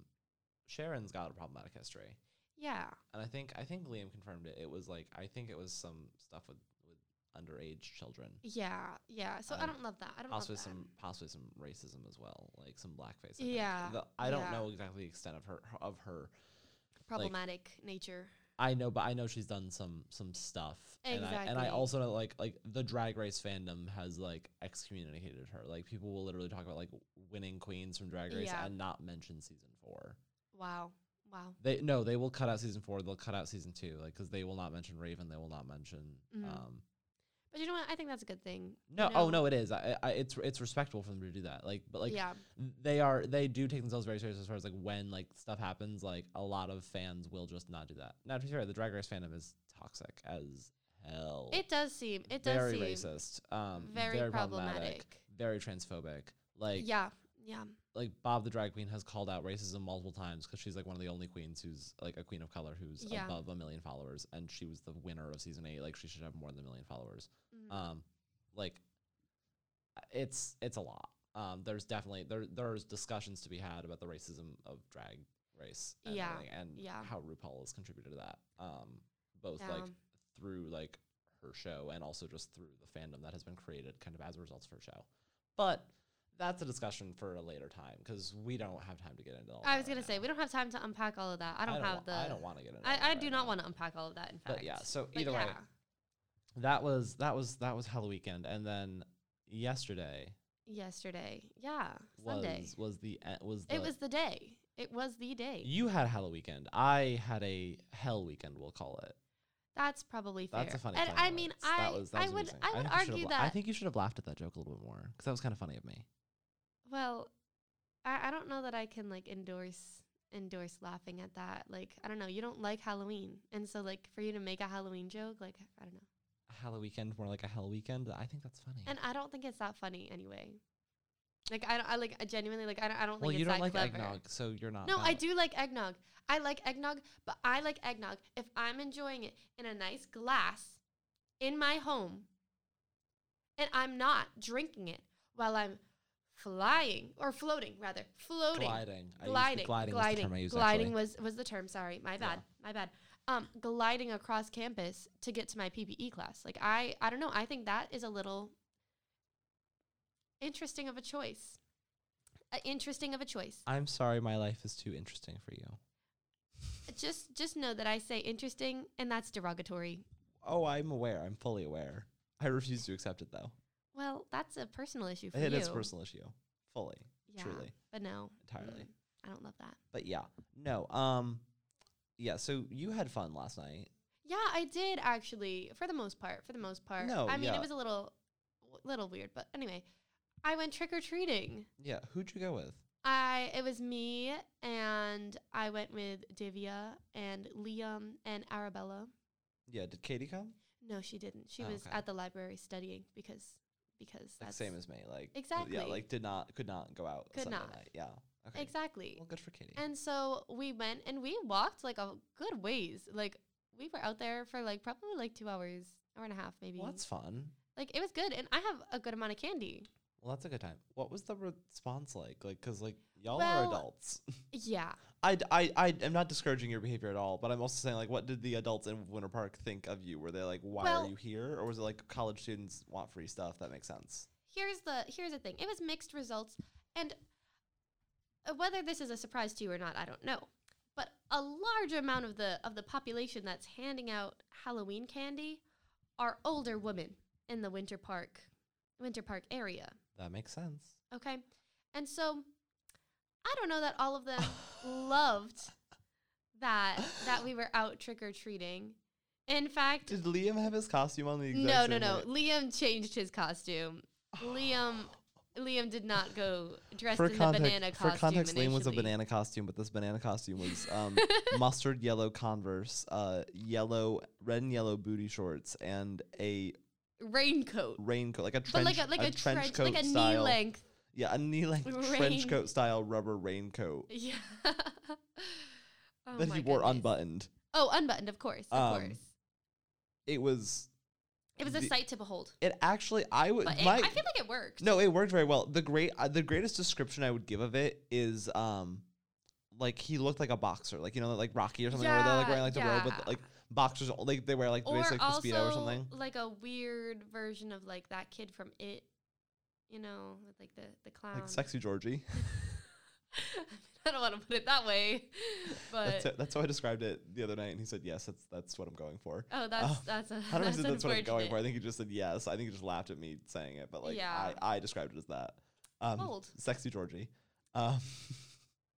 Sharon's got a problematic history,
Yeah.
and I think I think Liam confirmed it. It was like I think it was some stuff with with underage children,
Yeah. Yeah. So I
Um,
don't love that. I don't
possibly
love that.
some possibly some racism as well, like some blackface. I think.
Yeah,
The- I don't
yeah.
know exactly the extent of her of her
problematic nature.
I know, but I know she's done some some stuff, and I and I
Exactly.
also know like like the Drag Race fandom has like excommunicated her. Like people will literally talk about like winning queens from Drag Race
Yeah.
and not mention season four.
Wow. Wow.
They no, they will cut out season four. They'll cut out season two, like because they will not mention Raven. They will not mention.
Mhm.
Um,
But you know what? I think that's a good thing.
no, oh
know-
no, it is. I, I it's it's respectable for them to do that. Like, but like
yeah.
they are they do take themselves very serious as far as like when like stuff happens like a lot of fans will just not do that now to be fair the drag race fandom is toxic as hell
It does seem. It does
very
seem
racist um
very, problematic.
very transphobic like
yeah. Yeah.
like bob the drag queen has called out racism multiple times because she's like one of the only queens who's like a queen of color who's
Yeah.
above a million followers and she was the winner of season eight like she should have more than a million followers
Mhm.
um like it's it's a lot um there's definitely there there's discussions to be had about the racism of drag race and
Yeah,
everything and
yeah.
how RuPaul has contributed to that um both
Yeah.
like through like her show and also just through the fandom that has been created kind of as a result of her show but that's a discussion for a later time because we don't have time to get into all
I
that
was
right
gonna say
now.
we don't have time to unpack all of that. I don't, have
wa-
the.
I don't want to get into
I,
that
I
right
do not
now.
want to unpack all of that. In fact.
but yeah so
But
either way
yeah.
that was that was that was hell weekend and then yesterday
Yesterday. Yeah.
was
Sunday.
was the e- was the
it was the day. It was the day.
you had hell weekend i had a hell weekend we'll call it
That's probably fair.
that's a funny
And
play on
I mean,
words.
I
that was, that
I
was
would
amusing. think
I would
you should've
argue
la-
that.
i think you should have laughed at that joke a little bit more because that was kind of funny of me
well, I, I don't know that I can like endorse endorse laughing at that. Like I don't know. You don't like Halloween, and so like for you to make a Halloween joke, like I don't know.
hell weekend more like a hell weekend i think that's funny
And I don't think it's that funny anyway. Like I, don't- I like I genuinely like I don't, I don't
well
think
you
it's
don't
that
like
clever.
eggnog so you're not
No, I
valid.
do like eggnog. I like eggnog, but I like eggnog if I'm enjoying it in a nice glass in my home and I'm not drinking it while I'm flying or floating rather. Floating.
gliding I used the
Gliding.
gliding was the
gliding.
term I used,
gliding
actually.
was was the term, sorry. My bad.
Yeah.
My bad. Um gliding across campus to get to my PPE class. Like I I don't know, I think that is a little interesting of a choice. Uh, interesting of a choice.
i'm sorry my life is too interesting for you
just just know that I say interesting and that's derogatory.
oh i'm aware i'm fully aware i refuse to accept it though
Well, that's a personal issue for
It is
you.
a personal issue fully
yeah,
truly
But no.
entirely
mm, I don't love that.
but yeah no um yeah so you had fun last night
Yeah, I did actually for the most part, for the most part.
No,
I mean,
yeah.
it was a little little weird, but anyway, I went trick or treating.
yeah who'd you go with
I it was me and I went with Divya and Liam and Arabella.
yeah did katie come
No, she didn't. She
Oh,
was
okay.
at the library studying because because
like
that's
same as me like yeah
Exactly.
like did not could not go out
Could
Sunday
not.
night. yeah okay
exactly.
well good for katie
And so we went and we walked like a good ways. Like we were out there for like probably like two hours, hour and a half maybe.
well that's fun
Like it was good, and I have a good amount of candy.
well that's a good time what was the response like like because like y'all are
Well-
adults (laughs)
Yeah,
I, d- I i am not discouraging your behavior at all but i'm also saying like what did the adults in winter park think of you were they like why are
Well-
you here or was it like college students want free stuff that makes sense
here's the here's the thing. It was mixed results, and uh, whether this is a surprise to you or not, I don't know. But a large amount of the of the population that's handing out Halloween candy are older women in the Winter Park Winter Park area.
that makes sense
Okay. And so I don't know that all of
(laughs)
them loved that that we were out trick or treating. In fact,
Did Liam have his costume on the exact
no,
same
no, no.
night?
Liam changed his costume.
(sighs)
Liam Liam did not go dressed
For
in the banana
context,
costume.
for context, Liam was a
initially.
banana costume, but this banana costume was
(laughs)
um, mustard yellow Converse, uh, yellow red and yellow booty shorts, and a
raincoat.
raincoat, like a trench,
But like a like a, trench,
coat
like a knee
style.
length. (laughs)
Yeah, a knee length trench
Rain-
coat style rubber raincoat
Yeah. oh
that
my
he wore
goodness.
unbuttoned.
Oh, unbuttoned, of course, of
Um,
course.
It was.
It was a
the-
sight to behold.
It actually, I would.
But it,
my,
I feel like it worked.
No, it worked very well. The great, uh, the greatest description I would give of it is um,
like he looked like a boxer, like you know, like Rocky or something, where they're like
Yeah,
wearing like the robe with
yeah.
like boxers, like they wear like
or
basically like,
also
the speedo or something.
like a weird version of like that kid from It, you know, with like the the clown.
Like sexy Georgie.
(laughs)
(laughs)
I don't want to put it that way, but
That's it. That's how I described it the other night, and he said yes. That's that's what I'm going for.
oh, that's that's
I don't know if
that's,
he said that's what I'm going
unfortunate.
for. I think he just said yes. I think he just laughed at me saying it, but like
Yeah.
I, I described it as that. Um,
Bold.
sexy Georgie. Um,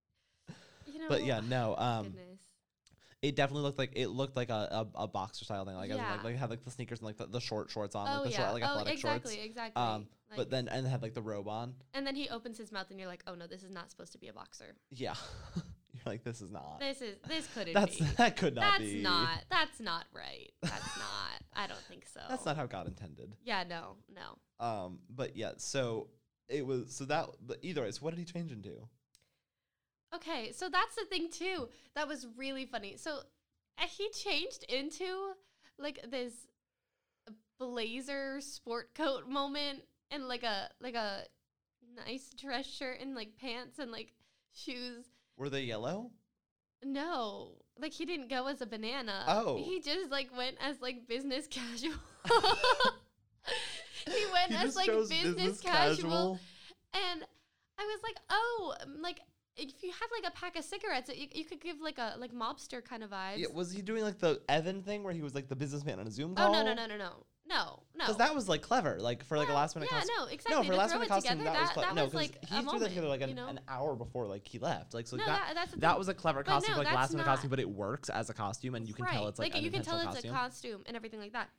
(laughs)
You know,
but yeah,
(laughs)
no. Um,
goodness.
it definitely looked like it looked like a, a, a boxer style thing. Like, as in,
Yeah.
like like had like the sneakers and like the, the short shorts on,
oh
like the
yeah,
short like
oh
athletic
exactly,
shorts.
exactly.
um,
Like-
But then and had like the robe on.
and then he opens his mouth, and you're like, oh no, this is not supposed to be a boxer.
Yeah, (laughs) you're like this is not.
This is
(laughs)
this couldn't
Uh, That's
be.
that could not
that's
be.
not that's not right. That's not. I don't think so.
(laughs) That's not how God intended.
Yeah, no, no.
Um, but yeah, so it was so that but either way. So what did he change into?
Okay, so that's the thing too. That was really funny. So uh, he changed into like this blazer sport coat moment and like a like a nice dress shirt and like pants and like shoes.
Were they yellow?
No, like he didn't go as a banana.
Oh.
he just like went as like business
(laughs)
casual. he went
He
as
just
like
chose
business, casual. and I was like, oh, um, like if you had like a pack of cigarettes, it, you, you could give like a like mobster kind of vibes.
Yeah, was he doing like the Evan thing where he was like the businessman on a Zoom
oh
call?
no no no no no no no.
Because that was like clever, like for like a
Yeah,
last minute
yeah,
costume.
no, exactly.
No, for
to
a last
throw
minute
it
costume,
together,
that, was clever.
That,
no,
was like
he
a
threw
moment,
that together like an,
you know?
an hour before like he left. Like so
no,
that
that, that's the
That
thing.
was a clever
But
costume,
no,
for, like
that's
last minute
not-
costume, but it works as a costume, and you can tell it's like, an
you can tell
intentional
it's
costume.
a costume and everything like that.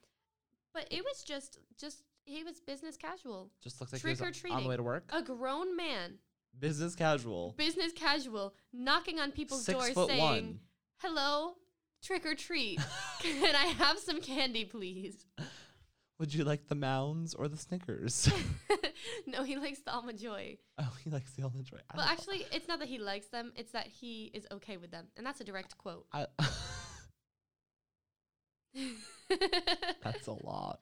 But it was just just he was business casual,
Just looks like he was on
trick-or-treating.
the way to work.
a grown man,
Business casual.
business casual, knocking on people's
Six
doors
foot
saying,
one.
"Hello, trick
(laughs)
or treat, can I have some candy, please?" (laughs)
Would you like the mounds or the
(laughs)
Snickers? (laughs)
no, he likes the Alma Joy.
oh, he likes the almond joy. I
Well,
don't-
actually, it's not that he likes them; it's that he is okay with them, and that's a direct
(laughs)
quote. (laughs)
I, (laughs) that's a lot.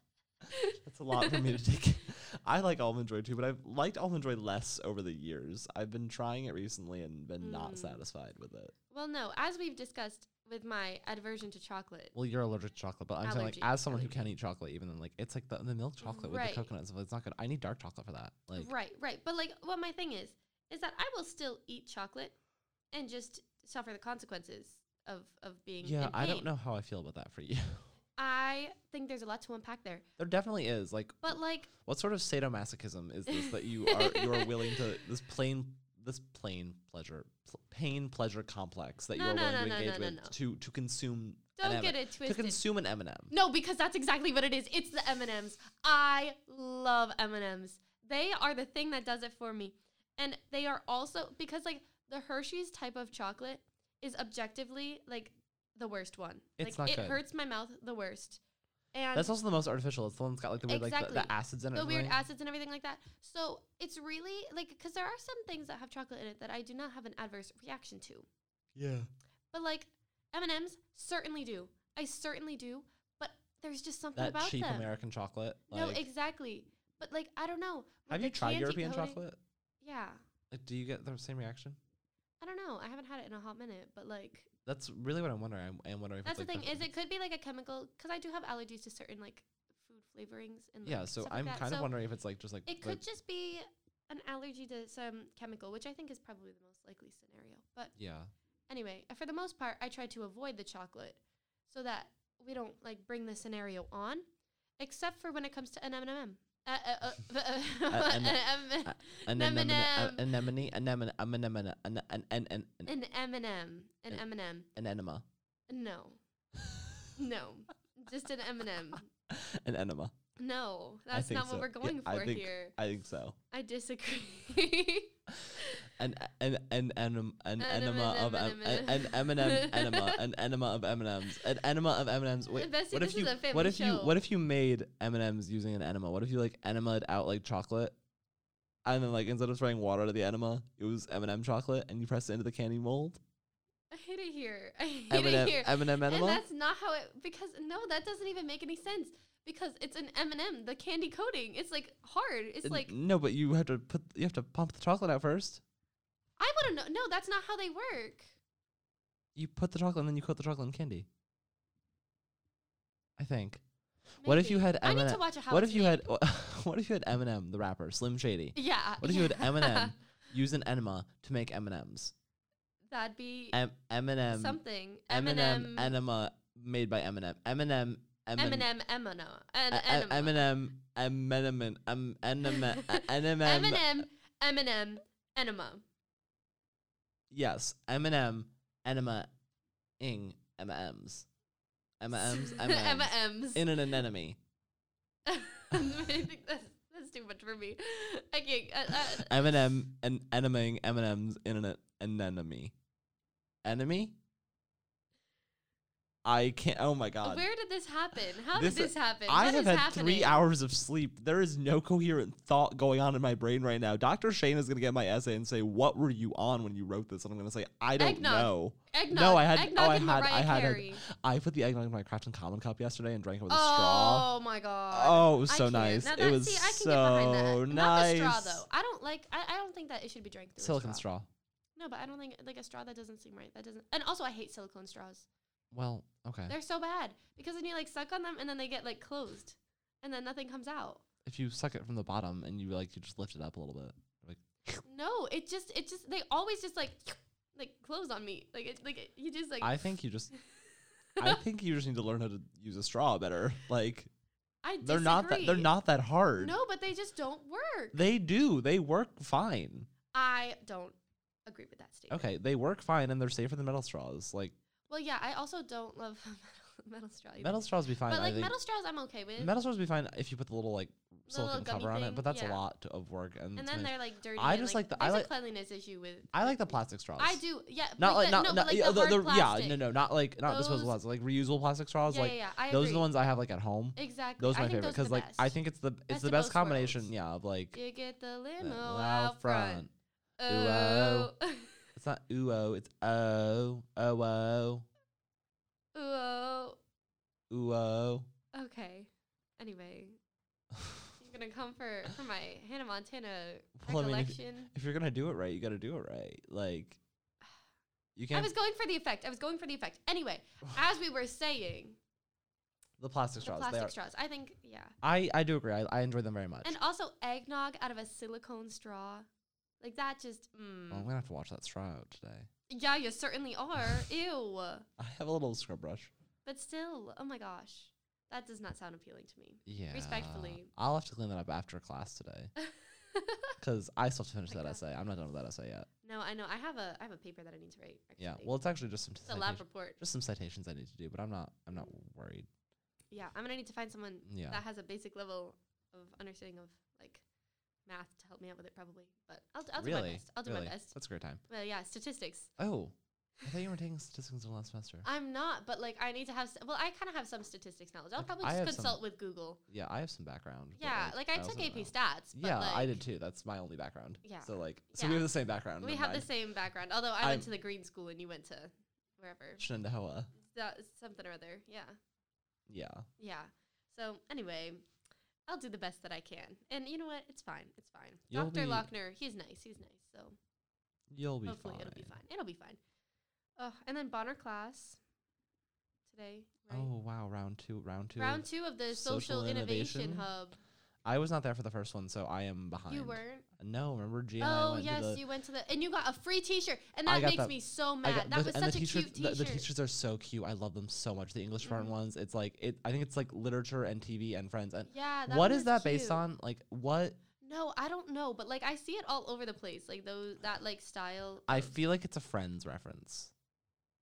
That's a lot for me
(laughs)
to take. (laughs) I like almond joy too, but I've liked almond joy less over the years. I've been trying it recently and been
Mm.
not satisfied with it.
well, no, as we've discussed with my aversion to chocolate,
Well, you're allergic to chocolate, but I'm saying like
Allergy,
as someone who
allergy.
can eat chocolate, even then like it's like the, the milk chocolate with
Right.
the coconut and stuff. It's not good. I need dark chocolate for that. Like
right, right. But like, what my thing is is that I will still eat chocolate and just suffer the consequences of of being.
yeah,
in
I don't
pain.
know how I feel about that for you. (laughs)
I think there's a lot to unpack there,
there definitely is like
but like,
what sort of sadomasochism is this that
(laughs)
you are you are willing to this plain this plain pleasure pl- pain pleasure complex that you
No,
are
no,
willing
no,
to
no,
engage
no,
with
no.
to to consume an
don't
M-
get it
to
twisted.
consume an M&M.
No, because that's exactly what it is. It's the M and M's. I love M and M's. They are the thing that does it for me, and they are also because like the Hershey's type of chocolate is objectively like the worst one.
It's
like
not
it
good.
hurts my mouth the worst, and
That's also the most artificial. It's the one that's got like the weird like the- the,
Exactly.
acids in it.
the
and
weird
everything.
acids and everything like that. So it's really like because there are some things that have chocolate in it that I do not have an adverse reaction to.
Yeah.
But like M and M's certainly do. I certainly do. But there's just something
That
about
cheap
them.
American chocolate.
no,
like-
exactly. But like I don't know. with
have
the
you tried
candy
European
coating-
chocolate?
Yeah,
Like, do you get the same reaction?
I don't know. I haven't had it in a hot minute, but like
That's really what I'm wondering. I'm, I'm wondering. If
that's
it's,
the
like
thing is it could be like a chemical because I do have allergies to certain like food flavorings and
yeah.
like,
So
stuff like
I'm
that.
kind of
So
wondering if it's like just like
It
the-
could just be an allergy to some chemical, which I think is probably the most likely scenario. But
yeah.
anyway, for the most part, I try to avoid the chocolate so that we don't like bring the scenario on, except for when it comes to an M&M. Uh, uh, uh, (laughs)
an-
an M-
Anemone,
M&M.
anemone, anemone, anemone, an an an an an-
an M&M, an M&M.
an enema, (laughs)
No, no, just an M&M.
an enema.
No,
I
that's
think
not
so.
what we're
Yeah,
going
I
for
think-
here.
I think so.
I disagree. (laughs)
An an an an an enema of em- an an
Anemone.
Eminem
(laughs)
enema, an enema of M&Ms, an enema of M&Ms. Wait,
Bessie,
what
this
if
is
you
a family
what if you
show.
what if you made M&Ms using an enema? What if you like enemaed out like chocolate? And then, like, instead of spraying water to the enema, it was M&M chocolate, and you press it into the candy
(laughs)
mold.
I hate it here. I hate it
M&M,
here.
M&M
and
enema.
that's not how it because no, that doesn't even make any sense because it's an M and M. The candy coating, it's like hard. It's
N-
like
no, but you have to put you have to pump the chocolate out first.
I want to know. No, that's not how they work.
You put the chocolate and then you coat the chocolate in candy. I think. What if you
Maybe.
had
I need
M&M
to watch a house.
What if you had (laughs) what if you had Eminem the rapper Slim Shady?
Yeah.
(laughs) What if
(laughs)
you had
yeah.
Eminem use an enema to make M&Ms?
That'd be
M- Eminem
something.
Eminem
Eminem.
enema made by Eminem. Eminem Eminem
Eminem. Eminem.
E- e-
Eminem.
Eminem Eminem em- enema
(laughs)
e- Eminem
Eminem. Eminem. Enema.
yes Eminem enema ing M&Ms
(laughs)
M&Ms M&Ms
M&Ms.
in an anemone
(laughs) I think that's, that's too much for me. I can't. Uh,
(laughs)
uh,
Eminem and enemaing Eminem's in an anemone enemy. I can't. Oh my god!
uh, Where did this happen? How
This-
did this happen?
I
What
have
is
had
happening?
three hours of sleep. There is no coherent thought going on in my brain right now. Dr. Shane is going to get my essay and say, "What were you on when you wrote this?" And I'm going to say, "I don't
Eggnog.
know."
Eggnog.
no, I had.
Eggnog
oh, I
and
had.
Mariah
I had.
Carey.
Egg, I put the eggnog in my Craft and Common cup yesterday and drank it with a straw.
oh my god.
Oh, it was
I
so
can't.
nice.
Now
it
that-
was
see, I can
so
get behind that.
nice.
Not the straw though. I don't like. I, I don't think that it should be drank through
Silicon
a straw.
straw.
No, but I don't think like a straw that doesn't seem right. That doesn't. And also, I hate silicone straws.
Well, okay.
They're so bad because then you like suck on them and then they get like closed, and then nothing comes out.
If you suck it from the bottom and you like, you just lift it up a little bit.
No, it just it just they always just like like close on me. Like it's like it, you just like
I think you
(laughs)
just. I think you just need to learn how to use a straw better. Like
I
they're not that they're
disagree.
not that hard.
No, but they just don't work.
They do. They work fine.
I don't agree with that statement.
Okay, they work fine and they're safer than metal straws. Like
Well, yeah, I also don't love (laughs) metal, metal straw. either.
metal straws be fine.
but
I
like
think
metal straws, I'm okay with.
metal straws be fine if you put the little like silicone
little gummy
cover on it.
thing,
But that's
yeah.
a lot to, of work. And,
and
to
then
make-
they're like dirty.
I
and,
just like the- I
there's
like-
a cleanliness issue with.
I like the plastic straws.
I do. Yeah.
Not like,
the-
not
no, but
not
like
yeah,
the, hard
yeah
plastic.
no no not like not disposable
Those-
plastic like reusable plastic straws
Yeah,
like
yeah, yeah, I
those are
agree.
the ones I have like at home.
Exactly.
Those are
I
my
think
favorite
those
because
are the
like I
best.
think it's the it's
Best
the best
of both worlds.
combination yeah of like
you get the
uh,
limo
out
out front.
Ooh,
Oh.
It's not ooh oh it's oh oh oh
(laughs) Ooh.
ooh oh.
Okay. Anyway,
(laughs)
I'm gonna come for, for my Hannah Montana
Well, I mean, if-
recollection.
if you're gonna do it right, you gotta do it right. Like you
I
can't
was going for the effect. I was going for the effect. Anyway, as we were saying,
the plastic
the
straws. they
plastic
are,
straws. I think, yeah.
I I do agree. I, I enjoy them very much.
And also eggnog out of a silicone straw. Like that just, mm.
Well, Oh, I'm gonna have to watch that straw out today.
Yeah, you certainly are. Ew.
I have a little scrub brush.
But still, oh my gosh. That does not sound appealing to me.
Yeah.
Respectfully.
I'll have to clean that up after class today.
(laughs)
Cause I still have to finish
My
that
God.
essay. I'm not done with that essay yet.
no, I know. I have a I have a paper that I need to write. Actually.
Yeah. Well, it's actually just some
it's a lab
citation-
report.
just some citations I need to do, but I'm not I'm not worried.
Yeah, I'm gonna need to find someone
Yeah.
that has a basic level of understanding of like math to help me out with it, probably. But I'll, I'll do my
Really?
best. I'll do
Really?
my best.
That's a great time.
Well, yeah, statistics.
Oh, I thought you were taking statistics in the last semester.
I'm not, but like I need to have. St- well, I kind of have some statistics knowledge. I'll
Okay,
probably
I
just
have some-
consult with Google.
yeah, I have some background. but,
Yeah, like, I took
wasn't
AP
know.
Stats. But
Yeah,
like,
I did too. That's my only background.
Yeah.
So like, so we
Yeah.
have the same background.
We
never
have the
mind.
same background, although I
I'm-
went to the green school and you went to wherever.
Shenandoah.
That is something or other. Yeah,
Yeah.
yeah. So anyway, I'll do the best that I can, and you know what? It's fine. It's fine.
You'll
Doctor
be-
Lochner, he's nice. He's nice. So
You'll be
hopefully
fine.
it'll be fine. It'll be fine. Ugh, and then Bonner class today. Right?
Oh wow, round two, round two.
Round two of the Social,
Social
Innovation,
Innovation?
Hub.
I was not there for the first one, so I am behind.
You weren't.
No, remember G and I
oh
went
yes,
to the.
you went to the and you got a free T-shirt, and
I
that
got
makes
that-
me so
I
mad.
got
That
the-
was
and
such
the
a
teachers,
cute
the-
T-shirt.
The, teachers are so cute. I love them so much. The English department
Mhm.
ones. It's like it. I think it's like literature and TV and friends. And
yeah. That
what
one
is
was
that based
cute.
on? Like what?
No, I don't know, but like I see it all over the place, like those that like style.
I
of-
feel like it's a Friends reference.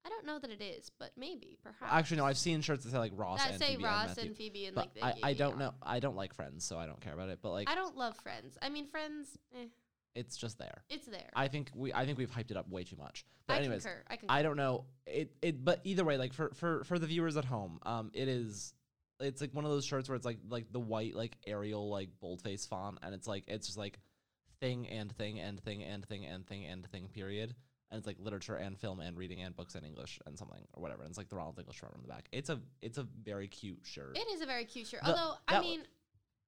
I don't know that it is, but maybe perhaps.
Actually, no. I've seen shirts that say like Ross
that
and
say
TV and
Ross
Matthew.
and Phoebe and
but
like. the-
I,
yeah,
I
yeah,
don't
yeah.
know. I don't like Friends, so I don't care about it. But like,
I don't love Friends. I mean, Friends, eh,
it's just there.
it's there.
I think we I think we've hyped it up way too much. But
I
anyways,
concur. I concur.
I don't know. It it but either way, like for for for the viewers at home, um, it is it's like one of those shirts where it's like like the white like Arial like boldface font, and it's like it's just like thing and thing and thing and thing and thing and thing period. And it's like literature and film and reading and books and English and something or whatever. And it's like the Ronald English Department on the back. It's a it's a very cute shirt.
It is a very cute shirt.
The-
Although, I
that-
mean,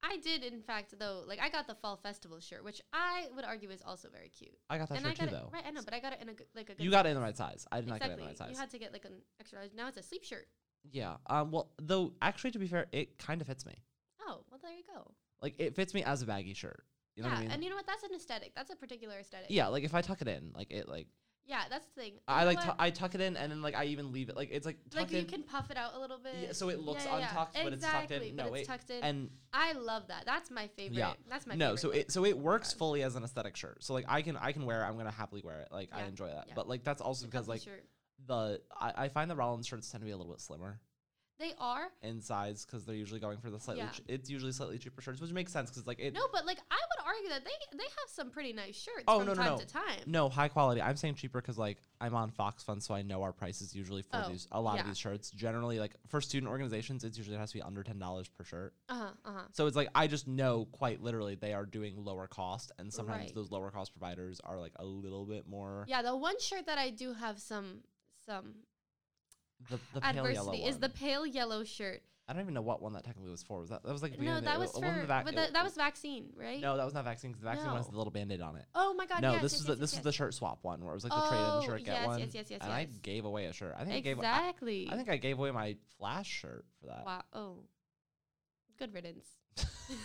I did, in fact, though, like I got the fall festival shirt, which I would argue is also very cute.
I got that
and I
shirt
got
too,
it
though.
right. I know, but I got it in a good, like a good
You got it in the right size. I did
size.
not get it in
exactly.
the right size.
You had to get like an extra large. Now it's a sleep shirt.
yeah. Um. Well, though, actually, to be fair, it kind of fits me.
Oh well, there you go.
Like, it fits me as a baggy shirt. You know
yeah,
what I mean?
and you know what? That's an aesthetic. That's a particular aesthetic.
yeah. Like, if I tuck it in, like it, like
yeah. That's the thing.
I
You
like
know
tu-
what?
I tuck it in, and then like I even leave it. Like it's like
like
tucked
you
in.
can puff it out a little bit.
Yeah, so it looks
yeah, yeah.
untucked, but it's tucked in.
Exactly,
No,
but
it-
it's tucked in.
and
I love that. That's my favorite. That's my
no
favorite
so
look.
it so it works
God.
fully as an aesthetic shirt so like i can i can wear it i'm gonna happily wear it like i
Yeah,
enjoy that
yeah.
but like that's
It's
also
a
because
comfy
like
shirt.
the I, I find the rollins shirts tend to be a little bit slimmer
they are
in size because they're usually going for the slightly
Yeah.
ch- it's usually slightly cheaper shirts which makes sense because like it
no, but like I would argue that they they have some pretty nice shirts
Oh,
from
no, no,
time
no.
to time.
no high quality i'm saying cheaper because like i'm on fox fund so i know our prices usually for
Oh,
these a lot of
yeah.
these shirts generally like for student organizations it's usually it has to be under $10 per shirt
Uh huh. Uh huh.
so it's like i just know quite literally they are doing lower cost and sometimes
Right.
those lower cost providers are like a little bit more
Yeah, the one shirt that I do have some some
the, the pale yellow
adversity is
one.
the pale yellow shirt.
I don't even know what one that technically was for. Was that that was like the
No,
beginning
that
of
was
the, it
for
wa- it wasn't the vac-
but
it
that,
wa-
that was vaccine, right?
no, that was not vaccine because the vaccine one has
No.
the little band-aid on it.
Oh my god.
no,
yes,
this
yes,
was
yes,
the, this
yes,
was the
yes.
shirt swap one where it was like the trade in the
Oh,
shirt get
yes,
one.
yes, yes, yes,
and
yes.
I gave away a shirt. I think I gave
exactly.
I, I think uh, I gave away my flash shirt for that.
wow. (laughs) Oh, good riddance.
(laughs)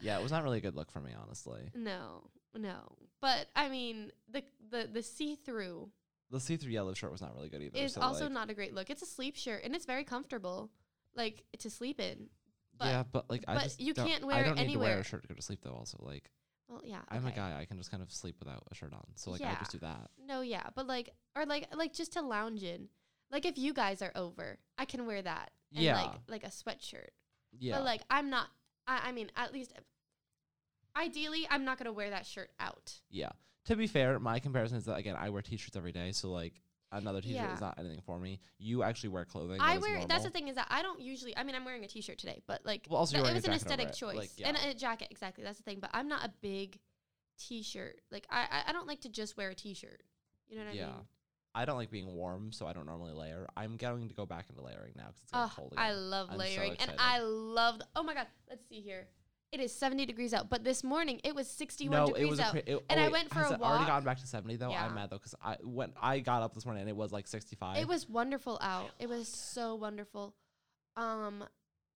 Yeah, it was not really a good look for me, honestly.
no, no. But I mean, the the the see through
The see-through yellow shirt was not really good either.
is
so,
also
like-
not a great look. It's a sleep shirt and it's very comfortable, like to sleep in. but-
yeah, but like I
but
just
you
don't-
can't
I
wear it
don't need to wear
anywhere.
a shirt to go to sleep though. Also, like
Well, yeah.
I'm a
okay.
guy, I can just kind of sleep without a shirt on. So like I
Yeah.
just do that.
No, yeah, but like, or like, like just to lounge in. Like if you guys are over, I can wear that. And Like,
Yeah.
like a sweatshirt.
Yeah,
But like, I'm not. I, I mean, at least, ideally, I'm not gonna wear that shirt out.
Yeah. To be fair, my comparison is that again, I wear t-shirts every day, so like another t-shirt
Yeah.
is not anything for me. You actually wear clothing.
I
that is
wear. That's the
normal.
thing is that I don't usually. I mean, I'm wearing a t-shirt today, but like,
Well, also
but
you're
it
wearing
was
a
an
jacket over
aesthetic
it,
choice
like,
and
yeah.
a jacket. Exactly, that's the thing. But I'm not a big t-shirt. Like, I I- I don't like to just wear a t-shirt. You know what I
Yeah.
mean?
I don't like being warm, so I don't normally layer. I'm going to go back into layering now because it's getting
Oh,
cold
I
again.
love
I'm so
layering, and
excited.
I love. th- oh my god, let's see here. It is seventy degrees out, but this morning it was sixty-one
no,
degrees
it was a
out.
cra- it-
and
oh
I
wait,
went for
has
a
it Already
walk.
gotten back to seventy though.
Yeah.
I'm mad though because I when I got up this morning and it was like sixty five.
it was wonderful out. It was so wonderful. Um,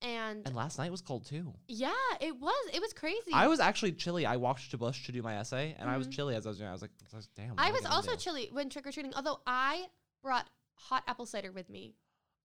and,
and last night was cold too.
yeah, it was. It was crazy.
I was actually chilly. I walked to Bush to do my essay, and I was
Mhm.
chilly as I was doing. it. I was like, I was like, damn. what
I
am
was
gonna
also
do?
chilly when trick or treating. Although I brought hot apple cider with me,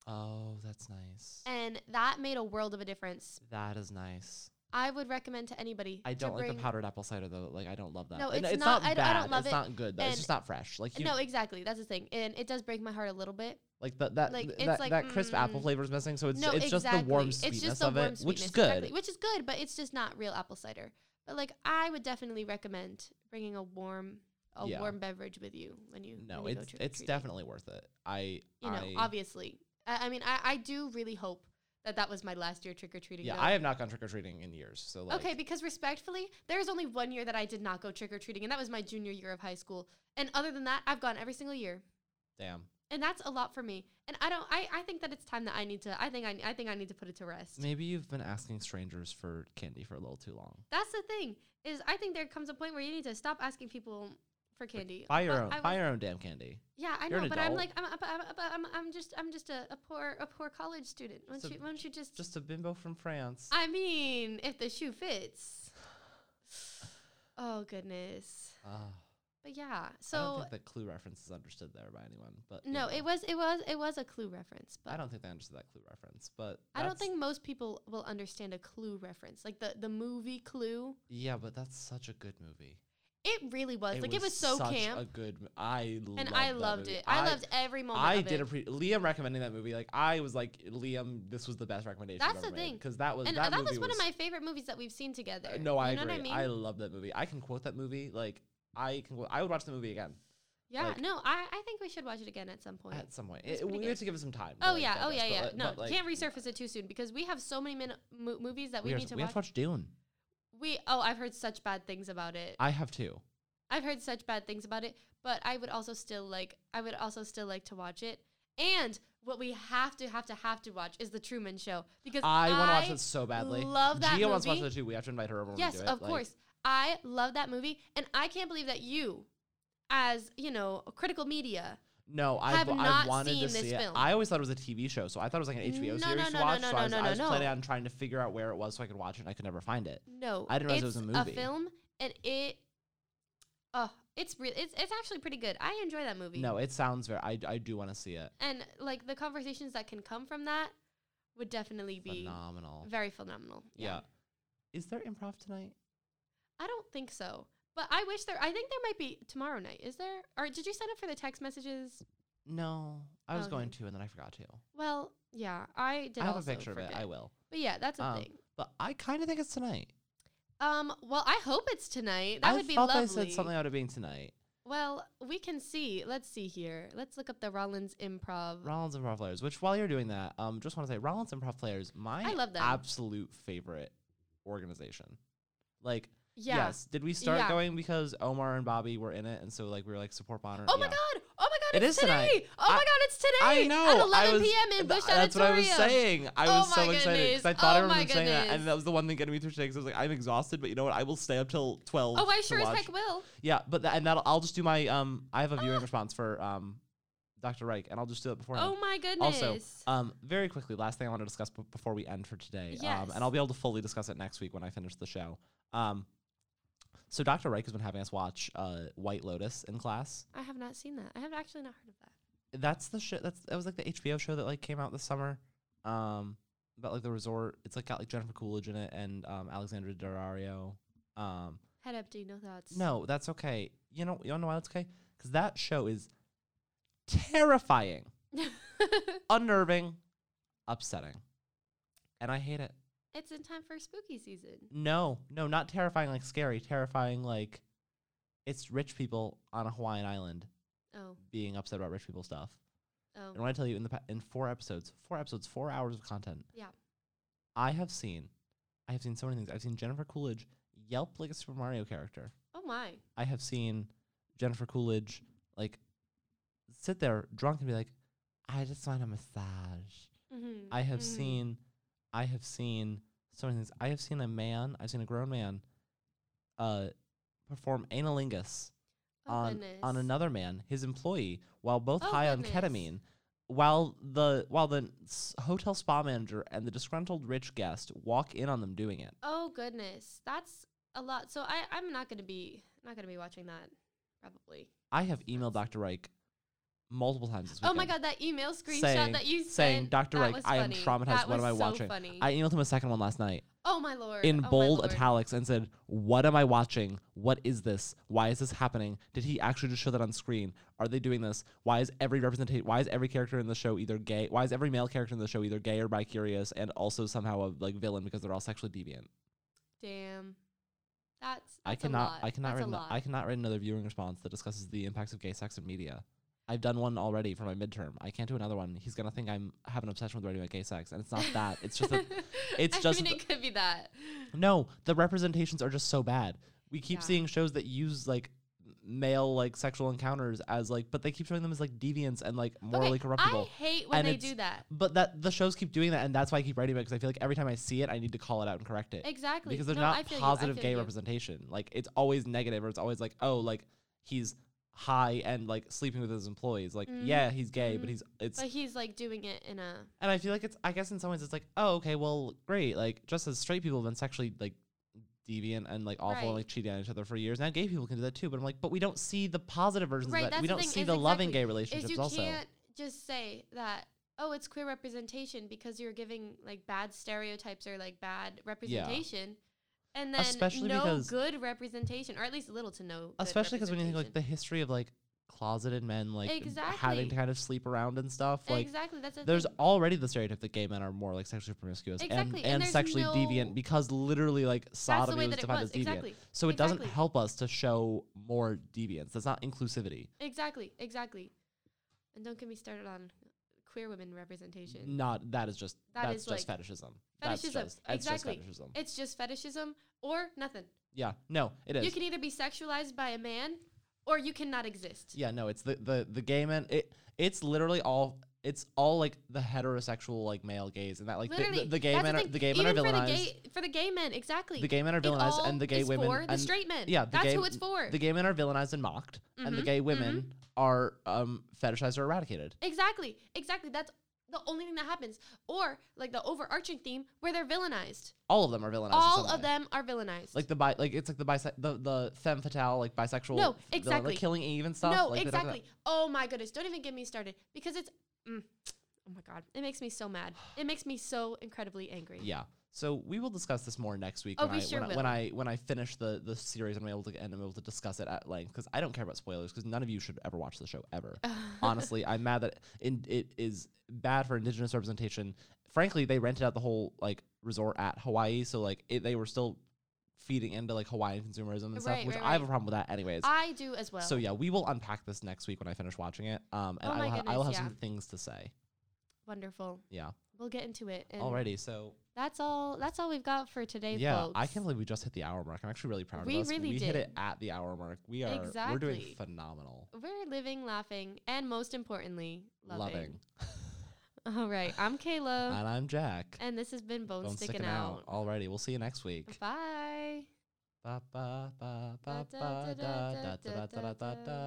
Oh, that's nice.
and that made a world of a difference.
that is nice.
I would recommend to anybody.
I
to
don't like the
bring-
powdered apple cider though. Like I don't love that.
No,
And
it's not- I d- I don't
bad.
love
it's
it.
not good though.
And-
it's just not fresh. Like you,
No, exactly. That's the thing, and it does break my heart a little bit.
like the, that
like,
th-
it's
that,
like,
that crisp apple
mm.
flavor is missing. So it's
no,
it's
exactly.
just the warm sweetness
it's just the
of
warm
it, which is
sweetness,
good.
exactly, which is good, but it's just not real apple cider. But like, I would definitely recommend bringing a warm, a
Yeah.
warm beverage with you when you.
No,
when you
it's
go
it's
trick-or-treating.
definitely worth it. I
You know,
I,
obviously. I, I mean, I, I do really hope that that was my last year trick or treating.
yeah, I have not gone trick or treating in years. So like,
okay, because respectfully, there is only one year that I did not go trick or treating, and that was my junior year of high school. And other than that, I've gone every single year.
damn.
And that's a lot for me. And I don't. I, I think that it's time that I need to. I think I, I think I need to put it to rest.
Maybe you've been asking strangers for candy for a little too long.
That's the thing is I think there comes a point where you need to stop asking people for candy.
Buy your
But
own,
I
buy
was-
your own damn candy.
Yeah, I
you're
know,
an
but I'm
adult.
like I'm, I'm, I'm, I'm, I'm just I'm just a, a poor a poor college student. Won't
So
you won't you just,
Just a bimbo from France.
I mean, if the shoe fits. Oh goodness.
Ah,
But yeah.
I don't
So
think the clue reference is understood there by anyone. But you
no,
know,
it was it was it was a clue reference, but
I don't think they understood that clue reference. But
I don't
that's-
think most people will understand a clue reference. Like the the movie Clue.
Yeah, but that's such a good movie.
It really was. like it was so
such
camp.
A good. m- I loved
and I
that
loved
movie.
it. I, loved every moment
I
of
did
it.
appre- Liam recommending that movie. Like I was like Liam, this was the best recommendation.
That's
you've ever
the thing.
because that was
and
that,
that, was
movie
one of my favorite movies that we've seen together.
uh, no, I
you know
agree.
What I, mean?
love that movie. I can quote that movie. Like I can. quote- I would watch the movie again
yeah,
like-
no, I, I think we should watch it again at some point.
at some point.
It's
It-
pretty
we
good.
have to give it some time. to,
oh
like,
yeah, oh
digest,
yeah, yeah.
but, like-
no,
but, like,
can't resurface it too soon because we have so many min- mo- movies that we,
we, are-
need to
we
watch.
have to watch Dune.
We oh, I've heard such bad things about it.
I have two.
I've heard such bad things about it, but I would also still like I would also still like to watch it. And what we have to have to have to watch is the Truman Show because
I want to watch it so badly.
love that
Gia wants to watch
movie.
it too. We have to invite her over. When
Yes,
we do it.
of
like,
course. I love that movie, and I can't believe that you, as you know, critical media,
No, I
Have
w- I
not
wanted
seen
to
this
see
film. Mm,
it. I always thought it was a TV show, so I thought it was like an HBO
No,
series
no,
to
no, no,
watch.
no,
so I was,
no,
I
no,
was
no.
planning on trying to figure out where it was so I could watch it. and I could never find it.
no,
I didn't realize it was
it's
a movie.
film, and it, oh, it's real. It's it's actually pretty good. I enjoy that movie.
No, it sounds very. I, I do want to see it.
and like the conversations that can come from that would definitely be
Phenomenal.
very phenomenal.
yeah. Is there improv tonight?
I don't think so. But I wish there. I think there might be tomorrow night. Is there? Or did you sign up for the text messages?
No, I was
Oh, Okay.
going to, and then I forgot to.
Well, yeah, I did.
I have a
also
picture of it. I
forget.
will.
But yeah, that's a
Um,
thing.
But I kind of think it's tonight.
Um. Well, I hope it's tonight. That
I
would be
thought
lovely.
they said something out of being tonight.
Well, we can see. Let's see here. Let's look up the Rollins Improv.
Rollins Improv Players. Which while you're doing that, um, just want to say Rollins Improv Players, my
I love them.
absolute favorite organization. Like
yeah.
yes, did we start
Yeah.
going because Omar and Bobby were in it, and so like we were like support Bonner.
Oh my
yeah.
god! Oh my god!
It
it's
is tonight.
today! Oh my
I-
god! It's today!
I know.
At
I
11
was-
p.m. in
th-
Bush
That's what I was
Auditorium.
saying. I
Oh
was so
my
excited because I
goodness.
thought
Oh
I remember
my
saying that,
goodness.
and that was the one thing getting me through today because I was like, I'm exhausted, but you know what? I will stay up till twelve.
Oh, I
to
sure as
watch.
heck will.
Yeah, but that, and that'll I'll just do my um I have a viewing
Ah.
response for um Dr. Reich, and I'll just do it before.
Oh my goodness.
Also, um, very quickly, last thing I want to discuss b- before we end for today, um,
Yes.
and I'll be able to fully discuss it next week when I finish the show. Um, so Dr. Reich has been having us watch uh, White Lotus in class.
I have not seen that. I have actually not heard of that.
That's the shit. That's that was like the HBO show that like came out this summer. Um, about like the resort. It's like got like Jennifer Coolidge in it and um, Alexandra Daddario. Um,
Head empty, no thoughts.
no, that's okay. You know, you wanna know why it's okay? Because that show is terrifying, unnerving, upsetting, and I hate it.
(laughs) it's in time for spooky season.
No, no, not terrifying like scary. Terrifying like it's rich people on a Hawaiian island
Oh,
being upset about rich people stuff. And
oh.
when I tell you in the pa- in four episodes, four episodes, four hours of content.
Yeah.
I have seen, I have seen so many things. I've seen Jennifer Coolidge yelp like a Super Mario character.
Oh my.
I have seen Jennifer Coolidge like sit there drunk and be like, "I just want a massage."
Mhm,
I have
mhm.
seen, I have seen so many things. I have seen a man, I've seen a grown man, uh, perform analingus
Oh
on
goodness.
on another man, his employee, while both
Oh,
high on
goodness.
ketamine. While the while the s- hotel spa manager and the disgruntled rich guest walk in on them doing it.
Oh goodness, that's a lot. So I, I'm not gonna be not gonna be watching that probably.
I have emailed Dr. Reich multiple times this
Oh
weekend.
my god, that email screenshot
Saying-
that you
saying,
sent,
"Dr.
that
Reich,
was
I am
funny.
traumatized.
That
What
was
am I
so
watching?"
Funny.
I emailed him a second one last night.
oh my lord,
in
oh my
bold
lord.
italics and said, What am I watching? What is this? Why is this happening? Did he actually just show that on screen? Are they doing this? Why is every representation why is every character in the show either gay? Why is every male character in the show either gay or bi curious and also somehow a like villain because they're all sexually deviant?
Damn, that's,
I
that's a
cannot
lot.
I cannot
that's
read
a
ano-
lot.
I cannot read another viewing response that discusses the impacts of gay sex in media. I've done one already for my midterm. I can't do another one. He's gonna think I'm have an obsession with writing about gay sex, and it's not that. It's just
(laughs)
that it's
I
just
mean,
th-
it could be that.
No, the representations are just so bad. We keep
Yeah.
seeing shows that use like m- male like sexual encounters as like, but they keep showing them as like deviants and like morally
okay,
corruptible.
I hate when
And
they
it's-
do that.
but that the shows keep doing that, and that's why I keep writing about it because I feel like every time I see it, I need to call it out and correct it
Exactly.
because there's
no, I
not
feel
positive
you, I feel
gay
you.
representation. Like it's always negative, or it's always like, oh, like he's high and like sleeping with his employees. Like
Mhm.
yeah, he's gay,
Mhm.
but he's it's
But he's like doing it in a
and I feel like it's, I guess in some ways it's like, oh, okay, well, great. Like, just as straight people have been sexually, like, deviant and, like, awful and,
Right.
like, cheating on each other for years, now gay people can do that too. But I'm like, but we don't see the positive versions
Right,
of that.
that's
We
the
don't
thing,
see
is
the loving
exactly-
gay
is
relationships
you
also.
can't just say that oh it's queer representation because you're giving like bad stereotypes or like bad representation and then
Especially
no
because-
good representation or at least little to no good
Especially because when you think, like, the
representation.
history of, like, closeted men, like, having
Exactly.
to kind of sleep around and stuff. Like,
exactly that's the
there's
thing.
already the stereotype that gay men are more, like, sexually promiscuous
Exactly,
and,
and
and,
there's
sexually
no-
deviant because literally, like,
that's the
sodomy
way
was
that it
defined as
was
deviant.
exactly
So it doesn't
Exactly.
help us to show more deviance. That's not inclusivity.
exactly exactly and don't get me started on queer women representation
Not that is just
That
that's
is,
just
like,
fetishism.
fetishism,
That's just that's
exactly.
just fetishism.
it's just fetishism or nothing
yeah. No, it is.
you can either be sexualized by a man or you cannot exist
yeah, no, it's the the the gay men. It it's literally all it's all like the heterosexual like male gaze and that like the- the,
Literally,
the gay
that's
men are,
thing.
the gay men are
Even for the
villainized.
gay for the gay men, exactly.
the gay men are
It
villainized
all
and the gay
is
women
for the
and
straight men.
yeah, the
that's
gay-
who it's for.
the gay men are villainized and mocked and the
Mhm,
gay women are um fetishized or eradicated.
Exactly, exactly. That's the only thing that happens. Or like the overarching theme where they're villainized.
All of them are villainized. in
All
some
of
way.
them are villainized.
Like the bi, like it's like the bise, the the femme fatale, like bisexual.
No,
villain,
exactly.
like killing Eve and stuff.
no,
like they talk about-
exactly. Oh my goodness! Don't even get me started because it's. Mm, oh my god! It makes me so mad. It makes me so incredibly angry. (laughs)
Yeah. So we will discuss this more next week
Oh,
when,
we
I,
sure
when, I, when I when I finish the the series and I'm able to and I'm able to discuss it at length because I don't care about spoilers because none of you should ever watch the show
(laughs)
ever. Honestly, I'm mad that in, it is bad for indigenous representation. Frankly, they rented out the whole like resort at Hawaii, so like it, they were still feeding into like Hawaiian consumerism and stuff,
Right,
which
right,
I have a
right.
problem with that anyways.
I do as well.
So yeah, we will unpack this next week when I finish watching it. Um, and
Oh
I
my
will ha- I
goodness,
will have
yeah.
some things to say.
wonderful.
Yeah.
We'll get into it. And
Alrighty, so
That's all. That's all we've got for today,
yeah,
folks.
I can't believe we just hit the hour mark. I'm actually really proud
We
of us.
really
we hit it
did.
at the hour mark. We are we're doing
Exactly.
phenomenal.
We're living, laughing, and most importantly, loving.
Loving.
(laughs) All right. I'm Caleb,
And I'm Jack.
and this has been Bone,
Bones
Sticking, Out.
Alrighty, we'll see you next week.
Bye.
Ba, ba, ba, ba,
Da, da,
ba,
da, da,
da, da, da, da, da, da, da.